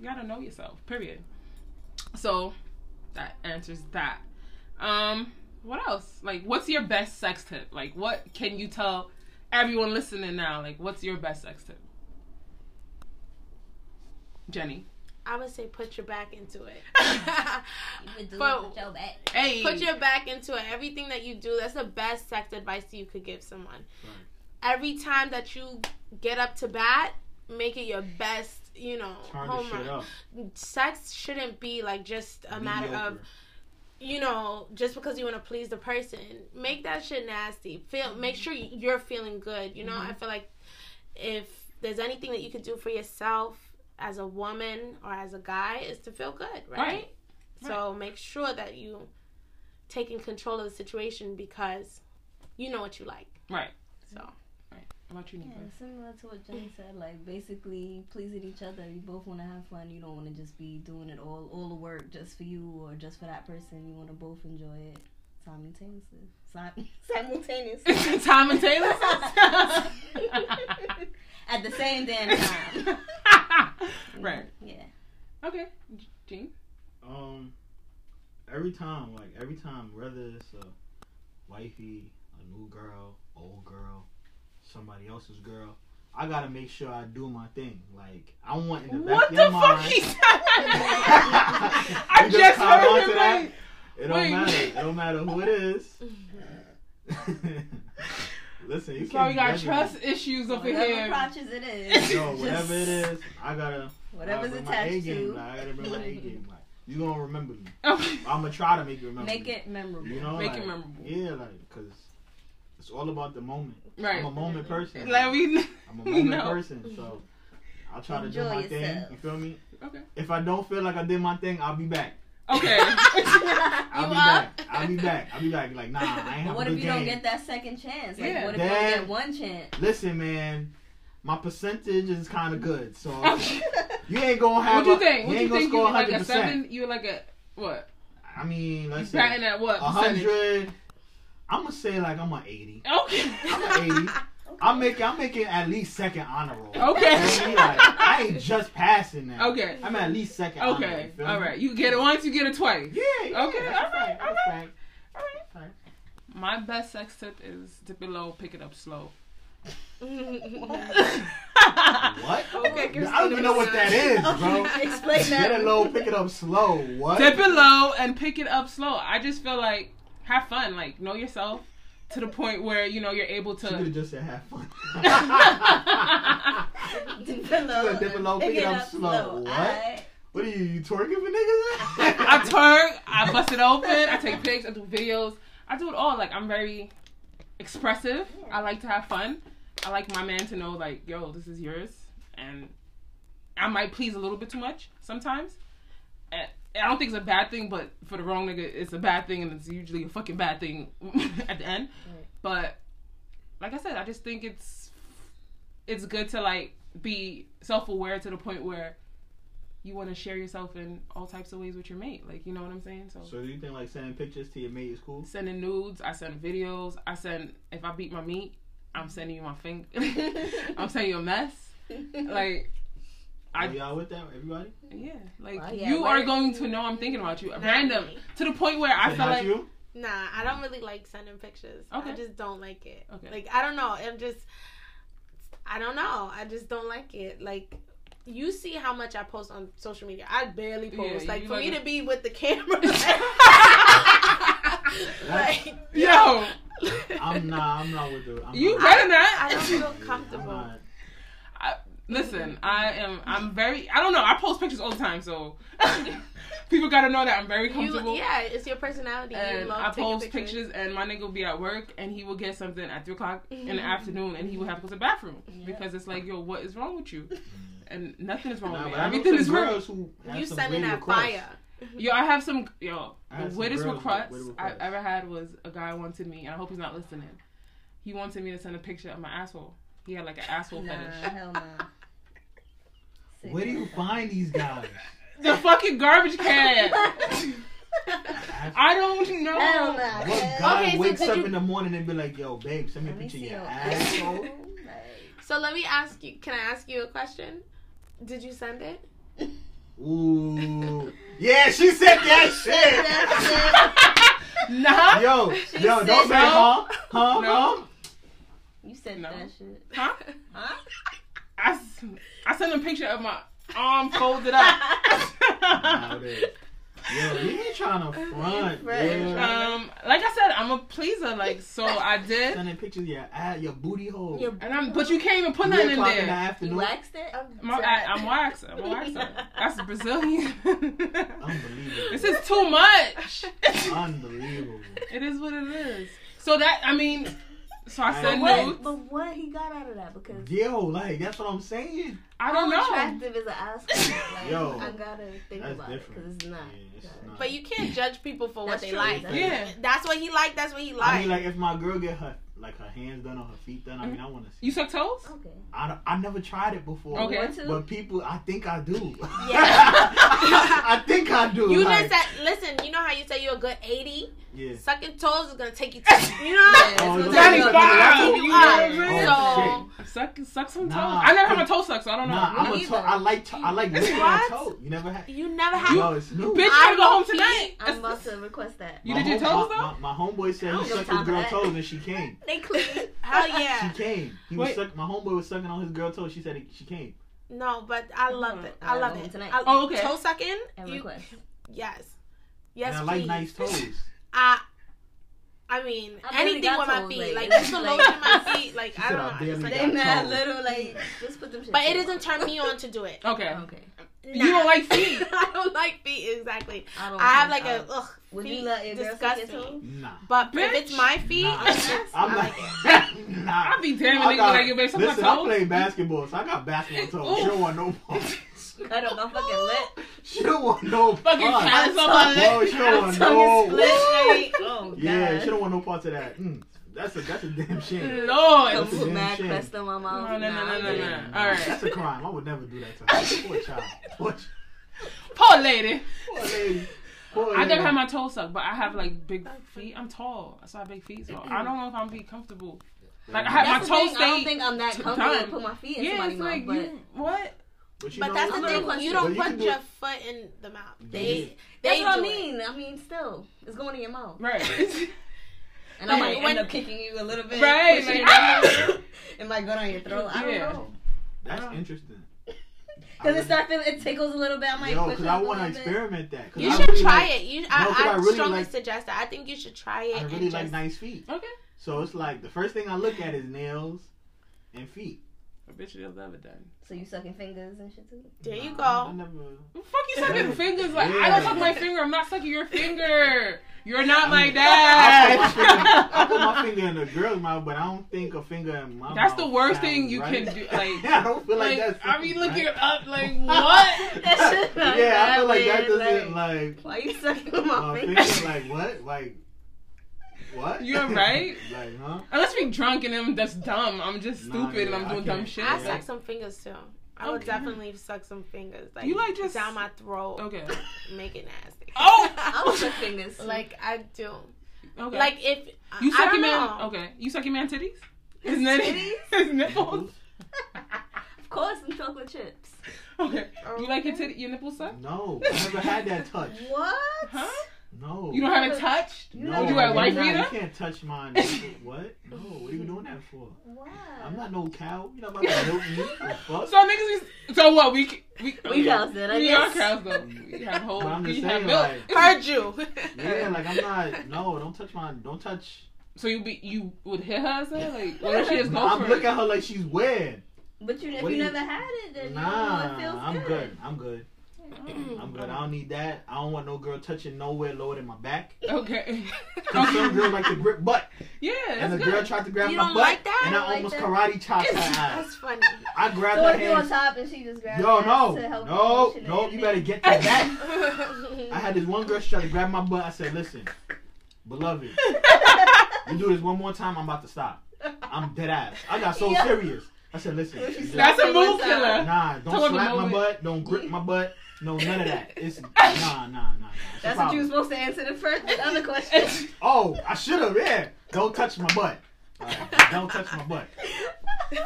Speaker 1: you gotta know yourself. Period. So that answers that. Um, what else? Like, what's your best sex tip? Like, what can you tell everyone listening now? Like, what's your best sex tip? Jenny.
Speaker 3: I would say put your back into it.
Speaker 2: You could do it
Speaker 3: But-
Speaker 2: with your back.
Speaker 1: Hey.
Speaker 3: put your back into it. Everything that you do, that's the best sex advice you could give someone. Every time that you get up to bat, make it your best. You know,
Speaker 4: Turn the
Speaker 3: home
Speaker 4: shit
Speaker 3: run.
Speaker 4: up.
Speaker 3: Sex shouldn't be like just a matter of
Speaker 4: Mediocre.
Speaker 3: you know, just because you want to please the person, make that shit nasty. Feel, make
Speaker 1: Mm-hmm.
Speaker 3: sure you're feeling good. You know, I feel like if there's anything that you could do for yourself as a woman or as a guy is to feel good, right?
Speaker 1: Right.
Speaker 3: So make sure that you taking control of the situation because you know what you like.
Speaker 1: Right.
Speaker 3: So
Speaker 1: What about you,
Speaker 2: Yeah,
Speaker 1: Nico?
Speaker 2: similar to what Jenny said, like basically pleasing each other. You both want to have fun. You don't want to just be doing it all, all the work just for you or just for that person. You want to both enjoy it simultaneously. Sim- simultaneously.
Speaker 1: Tom and Taylor.
Speaker 2: At the same damn time.
Speaker 1: right.
Speaker 2: Yeah.
Speaker 1: Okay. Jean.
Speaker 4: Um, every time, like every time, whether it's a wifey, a new girl, old girl, somebody else's girl, I gotta make sure I do my thing. Like I want in the back
Speaker 1: What
Speaker 4: of
Speaker 1: the
Speaker 4: your
Speaker 1: fuck
Speaker 4: mind.
Speaker 1: he said?
Speaker 4: You
Speaker 1: I just
Speaker 4: caught on
Speaker 1: heard
Speaker 4: to
Speaker 1: him
Speaker 4: that?
Speaker 1: like,
Speaker 4: It
Speaker 1: Wait.
Speaker 4: don't matter. It don't matter who it is. Listen, you
Speaker 1: that's why
Speaker 4: can't
Speaker 1: we got
Speaker 4: judge me.
Speaker 1: trust issues over
Speaker 2: Whatever
Speaker 1: here.
Speaker 2: crotches it is.
Speaker 4: Yo,
Speaker 2: just
Speaker 4: whatever it is, I gotta. I gotta
Speaker 2: Whatever's
Speaker 4: bring my A
Speaker 2: attached
Speaker 4: game.
Speaker 2: to.
Speaker 4: Like, I gotta bring my A game. Like you gonna remember me.
Speaker 1: Okay.
Speaker 4: I'm gonna try to make you remember.
Speaker 2: Make
Speaker 4: me.
Speaker 2: it memorable.
Speaker 4: You know,
Speaker 1: Make it
Speaker 4: like,
Speaker 1: memorable.
Speaker 4: Yeah, like because it's all about the moment.
Speaker 1: Right.
Speaker 4: I'm a moment person.
Speaker 1: Let me.
Speaker 4: I'm a
Speaker 1: we
Speaker 4: moment
Speaker 1: know.
Speaker 4: person, so I'll try to do
Speaker 2: Enjoy
Speaker 4: my thing.
Speaker 2: yourself.
Speaker 4: You feel me?
Speaker 1: Okay.
Speaker 4: If I don't feel like I did my thing, I'll be back.
Speaker 1: Okay.
Speaker 4: I'll
Speaker 3: You
Speaker 4: be
Speaker 3: up?
Speaker 4: back. I'll be back. I'll be back. Like nah, I ain't
Speaker 2: But
Speaker 4: have
Speaker 2: what
Speaker 4: a
Speaker 2: if
Speaker 4: good
Speaker 2: you
Speaker 4: game.
Speaker 2: don't get that second chance? Like,
Speaker 1: Yeah.
Speaker 2: what if you only
Speaker 4: Then-
Speaker 2: get one chance?
Speaker 4: Listen, man, my percentage is kind of good, so
Speaker 1: Okay.
Speaker 4: you ain't gonna have.
Speaker 1: What do you
Speaker 4: a-
Speaker 1: think? What do
Speaker 4: ain't
Speaker 1: you think?
Speaker 4: gonna
Speaker 1: You
Speaker 4: score
Speaker 1: were like a
Speaker 4: 100%.
Speaker 1: seven. You were like a what?
Speaker 4: I mean,
Speaker 1: You
Speaker 4: let's see.
Speaker 1: batting at what?
Speaker 4: A
Speaker 1: Percentage?
Speaker 4: hundred. I'm gonna say like I'm an eighty.
Speaker 1: Okay.
Speaker 4: I'm an eighty. I'm making. I'm making at least second honor roll. You feel me? Like,
Speaker 1: Okay.
Speaker 4: I ain't just passing that.
Speaker 1: Okay.
Speaker 4: I'm at least second. honor,
Speaker 1: Okay.
Speaker 4: you feel
Speaker 1: All
Speaker 4: me?
Speaker 1: right. You get it once. You get it twice.
Speaker 4: Yeah. yeah
Speaker 1: Okay,
Speaker 4: that's
Speaker 1: all right,
Speaker 4: fact,
Speaker 1: all
Speaker 4: that's
Speaker 1: right.
Speaker 4: fact.
Speaker 1: All right. My best sex tip is dip it low, pick it up slow.
Speaker 4: What?
Speaker 3: Okay,
Speaker 4: I don't even know what that is, bro.
Speaker 2: Explain that.
Speaker 4: Get it low, pick it up slow. What?
Speaker 1: Dip it low and pick it up slow. I just feel like have fun, like know yourself to the point where you know you're able
Speaker 4: She could
Speaker 1: to.
Speaker 4: have just said have fun.
Speaker 2: Dip it low.
Speaker 4: Dip it low, pick it up slow. What?
Speaker 2: Alright.
Speaker 4: what are you, you twerking for niggas?
Speaker 1: I twerk, I bust it open, I take pics, I do videos, I do it all. Like I'm very expressive. I like to have fun. I like my man to know like, yo, this is yours, and I might please a little bit too much sometimes. And I don't think it's a bad thing, but for the wrong nigga, it's a bad thing, and it's usually a fucking bad thing at the end. But like I said, I just think it's it's good to like be self aware to the point where you want to share yourself in all types of ways with your mate. Like you know what I'm saying? So,
Speaker 4: So do you think like sending pictures to your mate is cool?
Speaker 1: sending nudes, I send videos, I send if I beat my meat, I'm sending you my finger, I'm sending you a mess. Like I-
Speaker 4: Are y'all with that? Everybody?
Speaker 1: Yeah, like
Speaker 2: Well, yeah,
Speaker 1: you
Speaker 2: right.
Speaker 1: are going to know I'm thinking about you.
Speaker 3: Not
Speaker 1: Random
Speaker 3: me.
Speaker 1: to the point where I
Speaker 4: Is
Speaker 1: feel
Speaker 4: that
Speaker 1: like
Speaker 4: you?
Speaker 3: Nah, I don't really like sending pictures. I
Speaker 1: Mm. Okay.
Speaker 3: just don't like it.
Speaker 1: Okay.
Speaker 3: Like I don't know. I'm just I don't know. I just don't like it. Like you see how much I post on social media. I barely
Speaker 1: Yeah,
Speaker 3: post. like
Speaker 1: you
Speaker 3: for me
Speaker 1: like-
Speaker 3: to be with the camera. like
Speaker 1: yo,
Speaker 4: I'm not. I'm not with the. I'm
Speaker 1: you
Speaker 4: not-
Speaker 1: better not.
Speaker 3: I don't feel
Speaker 4: I'm
Speaker 3: comfortable.
Speaker 4: not-
Speaker 1: Listen, I am. I'm very. I don't know. I post pictures all the time, so people gotta know that I'm very comfortable.
Speaker 3: You, yeah, it's your personality. you
Speaker 1: And
Speaker 3: love
Speaker 1: I
Speaker 3: taking
Speaker 1: post pictures. and my nigga will be at work, and he will get something at three o'clock in the
Speaker 3: Mhm.
Speaker 1: afternoon, and he will have to go to the bathroom
Speaker 2: Yeah.
Speaker 1: because it's like, yo, what is wrong with you? And nothing is wrong
Speaker 4: Mm-hmm. Nah,
Speaker 1: with me.
Speaker 4: but I know
Speaker 1: Everything
Speaker 4: some
Speaker 1: is wrong.
Speaker 4: girls who have
Speaker 3: You
Speaker 4: some
Speaker 3: sending
Speaker 4: weird
Speaker 3: that
Speaker 4: requests.
Speaker 3: fire.
Speaker 1: Yo, I have some. Yo, the
Speaker 4: I had some
Speaker 1: weirdest
Speaker 4: girls with
Speaker 1: request
Speaker 4: weird
Speaker 1: I
Speaker 4: requests.
Speaker 1: ever had was a guy wanted me, and I hope he's not listening. He wanted me to send a picture of my asshole. He had like an asshole
Speaker 2: Nah,
Speaker 1: fetish.
Speaker 2: hell no. Sick
Speaker 4: Where do you
Speaker 2: motherfucker.
Speaker 4: find these guys?
Speaker 1: The fucking garbage can. I don't know.
Speaker 2: Hell no.
Speaker 4: What
Speaker 2: hell
Speaker 4: guy
Speaker 3: Okay, so
Speaker 4: wakes
Speaker 3: did
Speaker 4: up
Speaker 3: you-
Speaker 4: in the morning and be like, "Yo, babe, send me a
Speaker 2: Let me
Speaker 4: picture of
Speaker 2: see
Speaker 4: your
Speaker 2: your
Speaker 4: asshole."
Speaker 3: so let me ask you. Can I ask you a question? Did you send it?
Speaker 4: Ooh, yeah, she said that shit.
Speaker 1: Nah.
Speaker 4: yo, yo,
Speaker 2: said
Speaker 4: don't say huh,
Speaker 1: no.
Speaker 4: huh,
Speaker 1: No.
Speaker 2: You said
Speaker 1: No.
Speaker 2: that shit.
Speaker 1: Huh? I, s- I sent him a picture of my arm folded up.
Speaker 4: huh. Nah, dude. Yo, you ain't trying to front,
Speaker 2: Right.
Speaker 4: yo.
Speaker 1: um, like I said, I'm a pleaser. Like so, I did,
Speaker 4: Sending pictures of your ass, your booty hole.
Speaker 3: Your
Speaker 1: and I'm. But you can't even put
Speaker 4: Three
Speaker 1: nothing in
Speaker 4: o'clock in
Speaker 1: there.
Speaker 4: the
Speaker 2: You
Speaker 4: afternoon.
Speaker 2: waxed it?
Speaker 1: I'm, I, I'm waxed. I'm waxed. That's Brazilian.
Speaker 4: Unbelievable.
Speaker 1: This is too much.
Speaker 4: Unbelievable.
Speaker 1: it is what it is. So that I mean, so I
Speaker 4: But
Speaker 1: said
Speaker 2: What,
Speaker 1: no.
Speaker 2: but what he got out of that? Because
Speaker 4: Yo, like that's what I'm saying.
Speaker 1: I don't
Speaker 2: how
Speaker 1: know.
Speaker 2: attractive is an asshole? Like,
Speaker 4: Yo,
Speaker 2: I gotta think
Speaker 4: that's
Speaker 2: about it
Speaker 4: different.
Speaker 2: because it's not.
Speaker 4: Yeah, it's
Speaker 2: good.
Speaker 4: not.
Speaker 3: But you can't judge people for what
Speaker 2: That's
Speaker 3: they
Speaker 2: true.
Speaker 3: like.
Speaker 2: That's
Speaker 1: Yeah.
Speaker 2: true.
Speaker 3: That's what he liked. That's what he liked.
Speaker 4: I mean, like if my girl get her like her hands done or her feet done, I mean, I want to see.
Speaker 1: You suck toes?
Speaker 2: Okay.
Speaker 4: I, don't- I never tried it before.
Speaker 1: Okay.
Speaker 2: Want to?
Speaker 4: But people, I think I do. Yeah.
Speaker 3: Yeah.
Speaker 4: I think I do.
Speaker 3: you
Speaker 4: like,
Speaker 3: just said, listen. You know how you say you're a good eighty.
Speaker 4: Yeah.
Speaker 3: Sucking toes is gonna take you. To, you know. What
Speaker 4: Oh,
Speaker 3: I'm
Speaker 4: no.
Speaker 3: it's gonna take
Speaker 1: Johnny
Speaker 3: you
Speaker 4: Daddy
Speaker 3: up.
Speaker 4: Bob,
Speaker 1: Bob.
Speaker 3: Keep
Speaker 1: You
Speaker 3: you
Speaker 1: know what I'm
Speaker 3: up.
Speaker 1: saying?
Speaker 4: Oh,
Speaker 3: so
Speaker 1: Suck, suck some toes.
Speaker 4: Nah.
Speaker 1: I never had my toes sucked, so I don't know.
Speaker 4: Nah, I'm a
Speaker 2: Me
Speaker 4: toe.
Speaker 2: either.
Speaker 4: I like to- I like licking my
Speaker 3: What?
Speaker 4: toe. You never had.
Speaker 3: you never had.
Speaker 4: Yo, it's new.
Speaker 1: Bitch, you
Speaker 3: I
Speaker 1: gotta go home
Speaker 3: don't
Speaker 1: tonight.
Speaker 2: I'm about to request that.
Speaker 1: You
Speaker 4: My
Speaker 1: did your
Speaker 4: home-
Speaker 1: toes,
Speaker 4: my- My, my homeboy said
Speaker 2: I
Speaker 4: he
Speaker 2: don't
Speaker 4: sucked
Speaker 2: know
Speaker 4: his girl
Speaker 2: time for that.
Speaker 4: toes and she came.
Speaker 2: They clean.
Speaker 3: Hell
Speaker 4: She
Speaker 3: yeah.
Speaker 4: came. He was
Speaker 1: Wait.
Speaker 4: suck, my homeboy was sucking on his girl toe. She said he, she came.
Speaker 3: No, but I love it. I
Speaker 2: Alright,
Speaker 3: love
Speaker 2: well,
Speaker 3: it.
Speaker 2: tonight.
Speaker 3: I,
Speaker 1: Oh, okay.
Speaker 3: Toe sucking.
Speaker 2: And
Speaker 3: you-
Speaker 2: request.
Speaker 3: yes. Yes.
Speaker 4: and I like
Speaker 3: please.
Speaker 4: nice toes.
Speaker 3: I. I mean,
Speaker 2: I barely
Speaker 3: anything
Speaker 2: got
Speaker 3: with my
Speaker 2: toes,
Speaker 3: feet,
Speaker 2: like-
Speaker 3: like just the lotion in my feet, like
Speaker 4: She
Speaker 3: I
Speaker 4: said,
Speaker 3: don't know.
Speaker 4: "I
Speaker 3: I just
Speaker 4: barely
Speaker 3: like
Speaker 4: got
Speaker 2: They
Speaker 3: it.
Speaker 2: mad
Speaker 4: toes.
Speaker 2: little like just put them. Shit
Speaker 3: But it doesn't turn me on to do it.
Speaker 1: Okay.
Speaker 2: Okay.
Speaker 1: You don't like feet.
Speaker 3: I don't like feet exactly.
Speaker 2: I don't.
Speaker 3: I have
Speaker 2: think
Speaker 3: like
Speaker 2: I-
Speaker 3: a ugh.
Speaker 2: Would
Speaker 3: feet
Speaker 2: you let your girl suck your
Speaker 3: disgust me.
Speaker 2: toes?
Speaker 4: Nah.
Speaker 3: But
Speaker 1: Bitch.
Speaker 3: if it's my feet,
Speaker 4: Nah.
Speaker 3: yes,
Speaker 4: I'm
Speaker 3: I
Speaker 4: like,
Speaker 3: like it.
Speaker 4: nah.
Speaker 1: I'd be damn
Speaker 4: I
Speaker 1: nigga
Speaker 4: got-
Speaker 1: like you babe suck my
Speaker 4: Listen, I
Speaker 1: toes.
Speaker 4: play basketball, so I got basketball toes. She don't want no parts.
Speaker 2: Cut up my fucking lip.
Speaker 4: She don't want no
Speaker 1: Fucking
Speaker 4: parts.
Speaker 1: callus on my
Speaker 4: Bro,
Speaker 1: leg.
Speaker 4: she don't want
Speaker 2: Tongue is
Speaker 4: no.
Speaker 2: split. like, oh god.
Speaker 4: Yeah, she don't want no parts of that. Mm, that's a that's a damn shame.
Speaker 2: Come
Speaker 1: Lord.
Speaker 4: That's a damn
Speaker 2: put mad
Speaker 4: shame.
Speaker 2: crust on my mouth.
Speaker 1: No, no, no, no, no, no.
Speaker 4: Yeah,
Speaker 1: All right.
Speaker 4: That's a crime. I would never do that to her. Poor child. Poor, ch-
Speaker 1: Poor lady.
Speaker 4: poor lady. Poor
Speaker 1: I never
Speaker 4: lady.
Speaker 1: had my toes sucked, but I have like big feet. I'm tall, so I have big feet. So I don't know if I'm be comfortable. Like I have my
Speaker 2: That's the
Speaker 1: toes
Speaker 2: thing. I don't
Speaker 1: stayed.
Speaker 2: think I'm that
Speaker 1: t-
Speaker 2: comfortable to
Speaker 1: done.
Speaker 2: put my feet in
Speaker 1: Yeah,
Speaker 2: somebody's
Speaker 1: it's like
Speaker 2: mouth,
Speaker 1: you what?
Speaker 4: But, you
Speaker 3: But
Speaker 4: know
Speaker 3: that's
Speaker 4: what?
Speaker 3: the
Speaker 2: another
Speaker 3: thing. You
Speaker 2: question.
Speaker 3: don't
Speaker 4: But
Speaker 3: put
Speaker 4: can do
Speaker 3: your
Speaker 4: it-
Speaker 3: foot in the mouth.
Speaker 4: They-
Speaker 3: They,
Speaker 2: but that's
Speaker 3: they
Speaker 2: what I
Speaker 3: do it.
Speaker 2: mean. I mean, still, it's going in your mouth,
Speaker 1: Right.
Speaker 2: and I
Speaker 1: Like,
Speaker 2: might
Speaker 3: when-
Speaker 2: end up kicking you a little bit,
Speaker 1: Right,
Speaker 2: pushing
Speaker 1: like-
Speaker 2: it down. it might go down your throat. I don't
Speaker 1: Yeah.
Speaker 2: know.
Speaker 4: That's interesting.
Speaker 2: Because it starts feeling, it tickles a little bit. I might
Speaker 4: Yo,
Speaker 2: push
Speaker 4: because
Speaker 2: it
Speaker 4: I
Speaker 2: up a
Speaker 4: want to
Speaker 2: little bit.
Speaker 4: experiment that. 'cause
Speaker 3: You
Speaker 4: I
Speaker 3: should
Speaker 4: really
Speaker 3: try
Speaker 4: like-
Speaker 3: it. You,
Speaker 4: No, 'cause
Speaker 3: I,
Speaker 4: I
Speaker 3: I,
Speaker 4: really
Speaker 3: strongly
Speaker 4: like-
Speaker 3: suggest that. I think you should try it.
Speaker 4: I
Speaker 3: and
Speaker 4: really like
Speaker 3: just-
Speaker 4: nice feet.
Speaker 1: Okay.
Speaker 4: So it's like the first thing I look at is nails and feet.
Speaker 1: I bet you they'll never done.
Speaker 2: So you sucking fingers and shit too.
Speaker 3: There you
Speaker 4: Nah, I
Speaker 3: go.
Speaker 4: never.
Speaker 1: What the fuck you sucking
Speaker 4: Yeah.
Speaker 1: fingers like I don't
Speaker 4: Yeah.
Speaker 1: suck my finger. I'm not sucking your finger. You're not
Speaker 4: Mm.
Speaker 1: my
Speaker 4: I put, my finger, I put my
Speaker 1: dad.
Speaker 4: finger in a girl's mouth, but I don't think a finger in my
Speaker 1: That's
Speaker 4: mouth
Speaker 1: the worst
Speaker 4: sounds
Speaker 1: thing you
Speaker 4: right.
Speaker 1: can do, like-
Speaker 4: I don't feel like,
Speaker 1: Like,
Speaker 4: that's.
Speaker 1: I be looking
Speaker 4: right.
Speaker 1: up like what?
Speaker 2: That shit not
Speaker 4: yeah, I
Speaker 2: bad,
Speaker 4: feel like that
Speaker 2: man,
Speaker 4: doesn't like.
Speaker 2: Why you sucking my,
Speaker 4: my
Speaker 2: finger?
Speaker 4: finger, like what? Like what?
Speaker 1: You're right.
Speaker 4: like huh?
Speaker 1: Unless we drunk and I'm just dumb. I'm just
Speaker 4: Nah,
Speaker 1: stupid and
Speaker 4: yeah,
Speaker 1: I'm
Speaker 4: I
Speaker 1: doing
Speaker 4: can't.
Speaker 1: dumb shit.
Speaker 3: I
Speaker 4: Yeah.
Speaker 3: suck some fingers too. I would
Speaker 1: Okay.
Speaker 3: definitely suck some fingers. Like
Speaker 1: You like just-
Speaker 3: down my throat.
Speaker 1: Okay.
Speaker 3: Make it nasty.
Speaker 1: Oh!
Speaker 2: I would suck fingers.
Speaker 3: like I do.
Speaker 1: Okay.
Speaker 3: Like if
Speaker 1: you
Speaker 3: I
Speaker 1: suck
Speaker 3: don't
Speaker 1: your man.
Speaker 3: know.
Speaker 1: Okay. You suck your man titties. His nitties.
Speaker 2: Titties?
Speaker 1: His nipples.
Speaker 2: of course, some chocolate chips.
Speaker 1: Okay. You like your
Speaker 3: Okay.
Speaker 1: titty, your nipples sucked?
Speaker 4: No, I never had that touch.
Speaker 2: What?
Speaker 1: Huh?
Speaker 4: No.
Speaker 1: You don't have it touched?
Speaker 2: You
Speaker 4: No,
Speaker 1: You got a
Speaker 4: you're
Speaker 1: wife
Speaker 4: not-
Speaker 1: beater?
Speaker 4: You can't touch mine. what? No, what are you doing that for?
Speaker 2: Why?
Speaker 4: I'm not no cow. You're not about to milk me. or fuck.
Speaker 1: So niggas, is- so what? We c- we
Speaker 2: We cows then, I
Speaker 1: we
Speaker 2: guess.
Speaker 1: are cows though. We have whole.
Speaker 4: But I'm
Speaker 1: we
Speaker 4: just
Speaker 1: have
Speaker 4: saying,
Speaker 1: milk.
Speaker 4: like-
Speaker 3: Heard you.
Speaker 4: Yeah, like I'm not. No, don't touch mine. Don't touch.
Speaker 1: so you be you would hit her, sir? Like what if she just
Speaker 4: No,
Speaker 1: go
Speaker 4: I'm
Speaker 1: for it?
Speaker 4: looking at her like she's weird.
Speaker 2: But you, if
Speaker 4: What
Speaker 2: you,
Speaker 4: do you-
Speaker 2: never had it, then
Speaker 4: Nah,
Speaker 2: you don't know it feels
Speaker 4: I'm
Speaker 2: good.
Speaker 4: good. I'm good. I'm good. I don't need that. I don't want no girl touching nowhere lower than my back.
Speaker 1: Okay. Um,
Speaker 4: 'Cause some girl like to grip butt,
Speaker 1: yeah,
Speaker 4: and
Speaker 1: that's
Speaker 4: the
Speaker 1: good.
Speaker 4: girl tried to grab
Speaker 3: You
Speaker 4: my
Speaker 3: don't
Speaker 4: butt,
Speaker 3: like that?
Speaker 4: and I
Speaker 2: You don't
Speaker 4: almost
Speaker 2: like
Speaker 4: karate chopped her
Speaker 3: That's
Speaker 4: ass.
Speaker 3: funny.
Speaker 4: I grabbed
Speaker 2: So
Speaker 4: her
Speaker 2: if you on
Speaker 4: hands.
Speaker 2: top and she just grabs
Speaker 4: Yo,
Speaker 2: your
Speaker 4: no,
Speaker 2: ass to help
Speaker 4: no,
Speaker 2: you,
Speaker 4: no. You better get to that. I
Speaker 3: I
Speaker 4: had this one girl, she tried to grab my butt. I said, listen, beloved, you do this one more time, I'm about to stop. I'm dead ass. I got so
Speaker 2: Yeah.
Speaker 4: serious. I said, listen,
Speaker 2: Well, she
Speaker 4: just-
Speaker 1: That's a
Speaker 2: It was,
Speaker 1: move
Speaker 2: uh,
Speaker 1: killer.
Speaker 4: nah,
Speaker 1: Tell
Speaker 4: don't
Speaker 1: her the
Speaker 4: slap my
Speaker 1: moment.
Speaker 4: butt, don't grip my butt, no, none of that. It's nah, nah, nah, nah. It's a
Speaker 2: That's what you
Speaker 4: problem.
Speaker 2: were supposed to answer the first the other question.
Speaker 4: Oh, I should have, yeah. Don't touch my butt. Alright, don't touch my butt.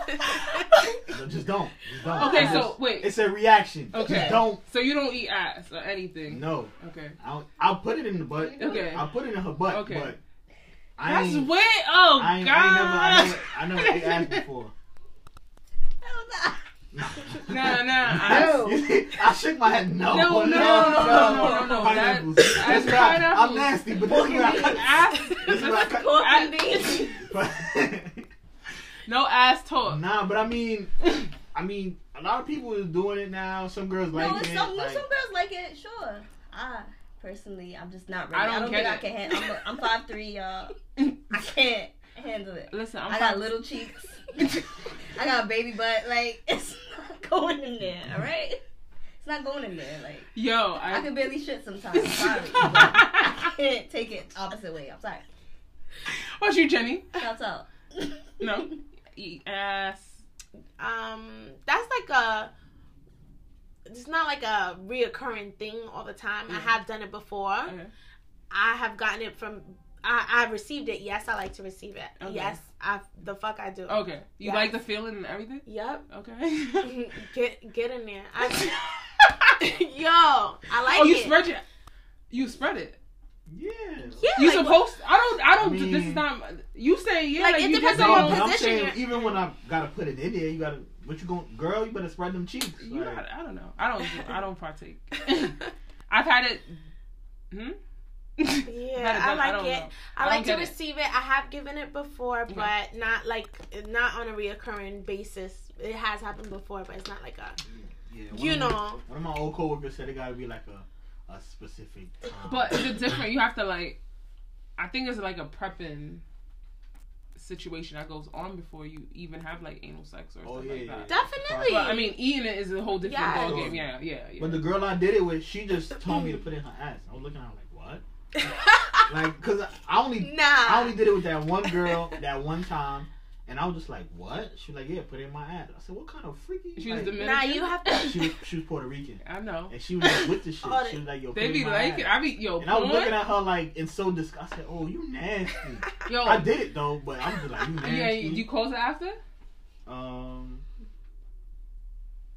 Speaker 4: No, Just don't. Just don't.
Speaker 1: Okay,
Speaker 4: It's
Speaker 1: so
Speaker 4: just-
Speaker 1: wait.
Speaker 4: it's a reaction.
Speaker 1: Okay.
Speaker 4: Just don't.
Speaker 1: So you don't eat ass or anything?
Speaker 4: No,
Speaker 1: Okay.
Speaker 4: I'll, I'll put it in the butt.
Speaker 1: Okay.
Speaker 4: I'll put it in her butt.
Speaker 1: Okay.
Speaker 4: But I
Speaker 1: That's
Speaker 4: ain't-
Speaker 1: weird. Oh
Speaker 4: I ain't,
Speaker 1: god.
Speaker 4: I ain't never, I never, I never ate ass before.
Speaker 2: Hell
Speaker 4: Nah.
Speaker 1: Nah, nah.
Speaker 2: No.
Speaker 4: You see, I shook my head. No,
Speaker 1: No, no, no, no, no, no,
Speaker 4: Pineapples.
Speaker 1: that- that's
Speaker 4: This is why I,
Speaker 1: pineapples.
Speaker 4: am nasty, but this is where I cut.
Speaker 1: ass.
Speaker 4: This is where I
Speaker 2: nah.
Speaker 4: cut.
Speaker 2: Pork
Speaker 1: I-
Speaker 2: and beans.
Speaker 1: No ass talk.
Speaker 4: nah, but I mean, I mean, a lot of people is doing it now. Some girls like
Speaker 2: No, it's
Speaker 4: it.
Speaker 2: some,
Speaker 4: like,
Speaker 2: some girls like it, sure. I personally, I'm just not ready.
Speaker 1: I
Speaker 2: I
Speaker 1: don't
Speaker 2: don't,
Speaker 1: get
Speaker 2: think I
Speaker 1: it.
Speaker 2: can handle. I'm, a- I'm five three, y'all. I can't handle it.
Speaker 1: Listen, I'm
Speaker 2: i got little cheeks. I got a baby butt. Like it's not going in there. All right, it's not going in there. Like
Speaker 1: Yo,
Speaker 2: I
Speaker 1: I.
Speaker 2: can barely shit sometimes. I'm sorry. But I can't take it opposite way. I'm sorry.
Speaker 1: What's you, Jenny?
Speaker 2: Shouts out.
Speaker 1: No. Eat ass.
Speaker 3: um, that's like a. It's not like a reoccurring thing all the time.
Speaker 1: Mm.
Speaker 3: I have done it before.
Speaker 2: Uh,
Speaker 1: Okay.
Speaker 3: I have gotten it from. I, I received it. Yes, I like to receive it.
Speaker 1: Okay.
Speaker 3: Yes, I the fuck I do.
Speaker 1: Okay. You
Speaker 3: Yes.
Speaker 1: like the feeling and everything?
Speaker 3: Yep.
Speaker 1: Okay.
Speaker 3: get get in there. I, yo, I like
Speaker 1: oh, you
Speaker 3: it.
Speaker 1: spread it. You spread it.
Speaker 4: yeah.
Speaker 3: yeah,
Speaker 1: You
Speaker 3: like,
Speaker 1: supposed? I don't. I don't.
Speaker 4: I mean-
Speaker 1: this is not. You say yeah. Like,
Speaker 3: Like, it
Speaker 1: you depends
Speaker 3: depends
Speaker 4: No,
Speaker 1: on.
Speaker 3: on your
Speaker 4: but I'm
Speaker 3: position
Speaker 4: saying
Speaker 3: you're-
Speaker 4: even when I gotta put it in there, you gotta what you going girl, you better spread them cheeks.
Speaker 1: You
Speaker 4: like,
Speaker 1: not, I don't know. I don't. do- I don't partake. I've had it. Hmm.
Speaker 3: yeah,
Speaker 1: I've had it
Speaker 3: I
Speaker 1: done.
Speaker 3: like
Speaker 1: don't
Speaker 3: it.
Speaker 1: know.
Speaker 3: I,
Speaker 1: I
Speaker 3: like to
Speaker 1: don't get it.
Speaker 3: receive it. I have given it before, but not like not on a reoccurring basis. It has happened before, but it's not like a
Speaker 4: yeah, one
Speaker 3: you
Speaker 4: of my-
Speaker 3: know.
Speaker 4: One of my old coworkers said it gotta be like a, a specific time.
Speaker 1: But it's different. You have to like. I think it's like a prepping situation that goes on before you even have like anal sex or
Speaker 4: Oh,
Speaker 1: stuff
Speaker 4: yeah,
Speaker 1: like
Speaker 4: yeah,
Speaker 1: that.
Speaker 4: yeah.
Speaker 3: Definitely.
Speaker 1: But I mean, eating it is a whole different
Speaker 3: Yes.
Speaker 1: ballgame. Yeah, yeah, yeah.
Speaker 4: But the girl I did it with, she just told me to put it in her ass. I was looking at her like, what? Like, cause I only I
Speaker 3: nah.
Speaker 4: only did it with that one girl that one time, and I was just like, what? She was like, yeah, put it in my ass. I said, what kind of freaky?
Speaker 1: She was
Speaker 4: like,
Speaker 1: Dominican?
Speaker 3: Nah, you have to.
Speaker 4: she was she was Puerto Rican,
Speaker 1: I know.
Speaker 4: and she was just with the shit.
Speaker 3: Oh,
Speaker 4: She was like, yo, put
Speaker 1: They
Speaker 4: it
Speaker 1: be
Speaker 4: in my
Speaker 1: like
Speaker 4: ass.
Speaker 1: it. I be yo.
Speaker 4: And I was
Speaker 1: porn?
Speaker 4: looking at her like in so disgust. I said, "Oh, you nasty."
Speaker 1: yo.
Speaker 4: I did it though, but I'm just like, "You nasty."
Speaker 1: Oh. Yeah, you, you close it after?
Speaker 4: Um.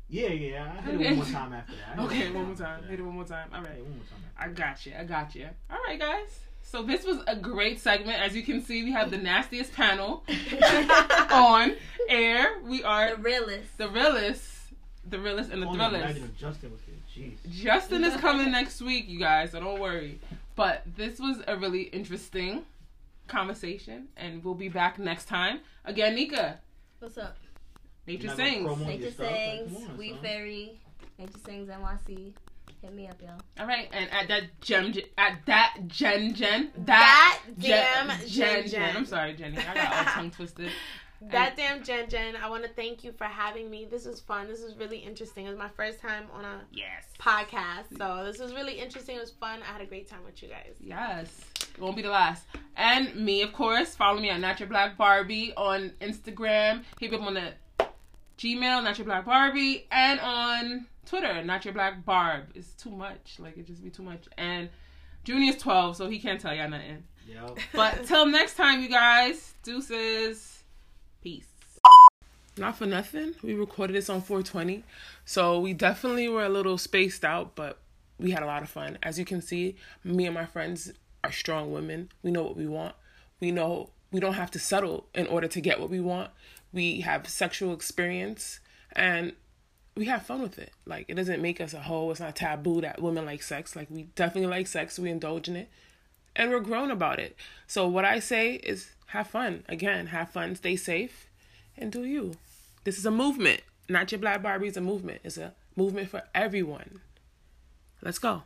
Speaker 4: Yeah, yeah. I hit it one more time after that. I hit
Speaker 1: Okay,
Speaker 4: it
Speaker 1: one more time. Hit it one more time. All
Speaker 4: Yeah,
Speaker 1: right.
Speaker 4: one more time. after
Speaker 1: I got you. I got you. All right, guys. So this was a great segment. As you can see, we have the nastiest panel on air. We
Speaker 2: The
Speaker 1: are
Speaker 2: realist.
Speaker 1: the realest, the realest, and the
Speaker 4: that. Only
Speaker 1: thrillest.
Speaker 4: imagine if Justin was here. Jeez.
Speaker 1: Justin is coming next week, you guys, so don't worry. But this was a really interesting conversation, and we'll be back next time. Again, Nika,
Speaker 2: What's up?
Speaker 1: Nature
Speaker 4: You're not gonna
Speaker 1: Sings.
Speaker 4: promo-
Speaker 2: Nature
Speaker 4: yourself, like,
Speaker 2: Sings,
Speaker 4: come on,
Speaker 2: We
Speaker 4: son.
Speaker 2: Fairy, Nature Sings NYC. Hit me up, y'all.
Speaker 1: All right, and at that gem, at that Jen Jen,
Speaker 3: That
Speaker 1: Je-
Speaker 3: damn Jen Jen.
Speaker 1: I'm sorry, Jenny. I got all tongue twisted.
Speaker 3: That damn Jen Jen. I want to thank you for having me. This was fun. This was really interesting. It was my first time on a
Speaker 1: Yes.
Speaker 3: podcast, so this was really interesting. It was fun. I had a great time with you guys.
Speaker 1: Yes. It won't be the last. And me, of course. Follow me at Not Your Black Barbie on Instagram. Hit me up on the Gmail, Not Your Black Barbie, and on Twitter, Not Your Black Barb. It's too much. Like it just be too much. And Junior's twelve, so he can't tell y'all nothing.
Speaker 4: Yo.
Speaker 1: But till next time, you guys, deuces, peace. Not for nothing. We recorded this on 420. So we definitely were a little spaced out, but we had a lot of fun. As you can see, me and my friends are strong women. We know what we want. We know we don't have to settle in order to get what we want. We have sexual experience and we have fun with it. Like it doesn't make us a hoe. It's not taboo that women like sex. Like we definitely like sex. We indulge in it and we're grown about it. So what I say is have fun. Again, have fun, stay safe, and do you. This is a movement. Not your black Barbie is a movement. It's a movement for everyone. Let's go.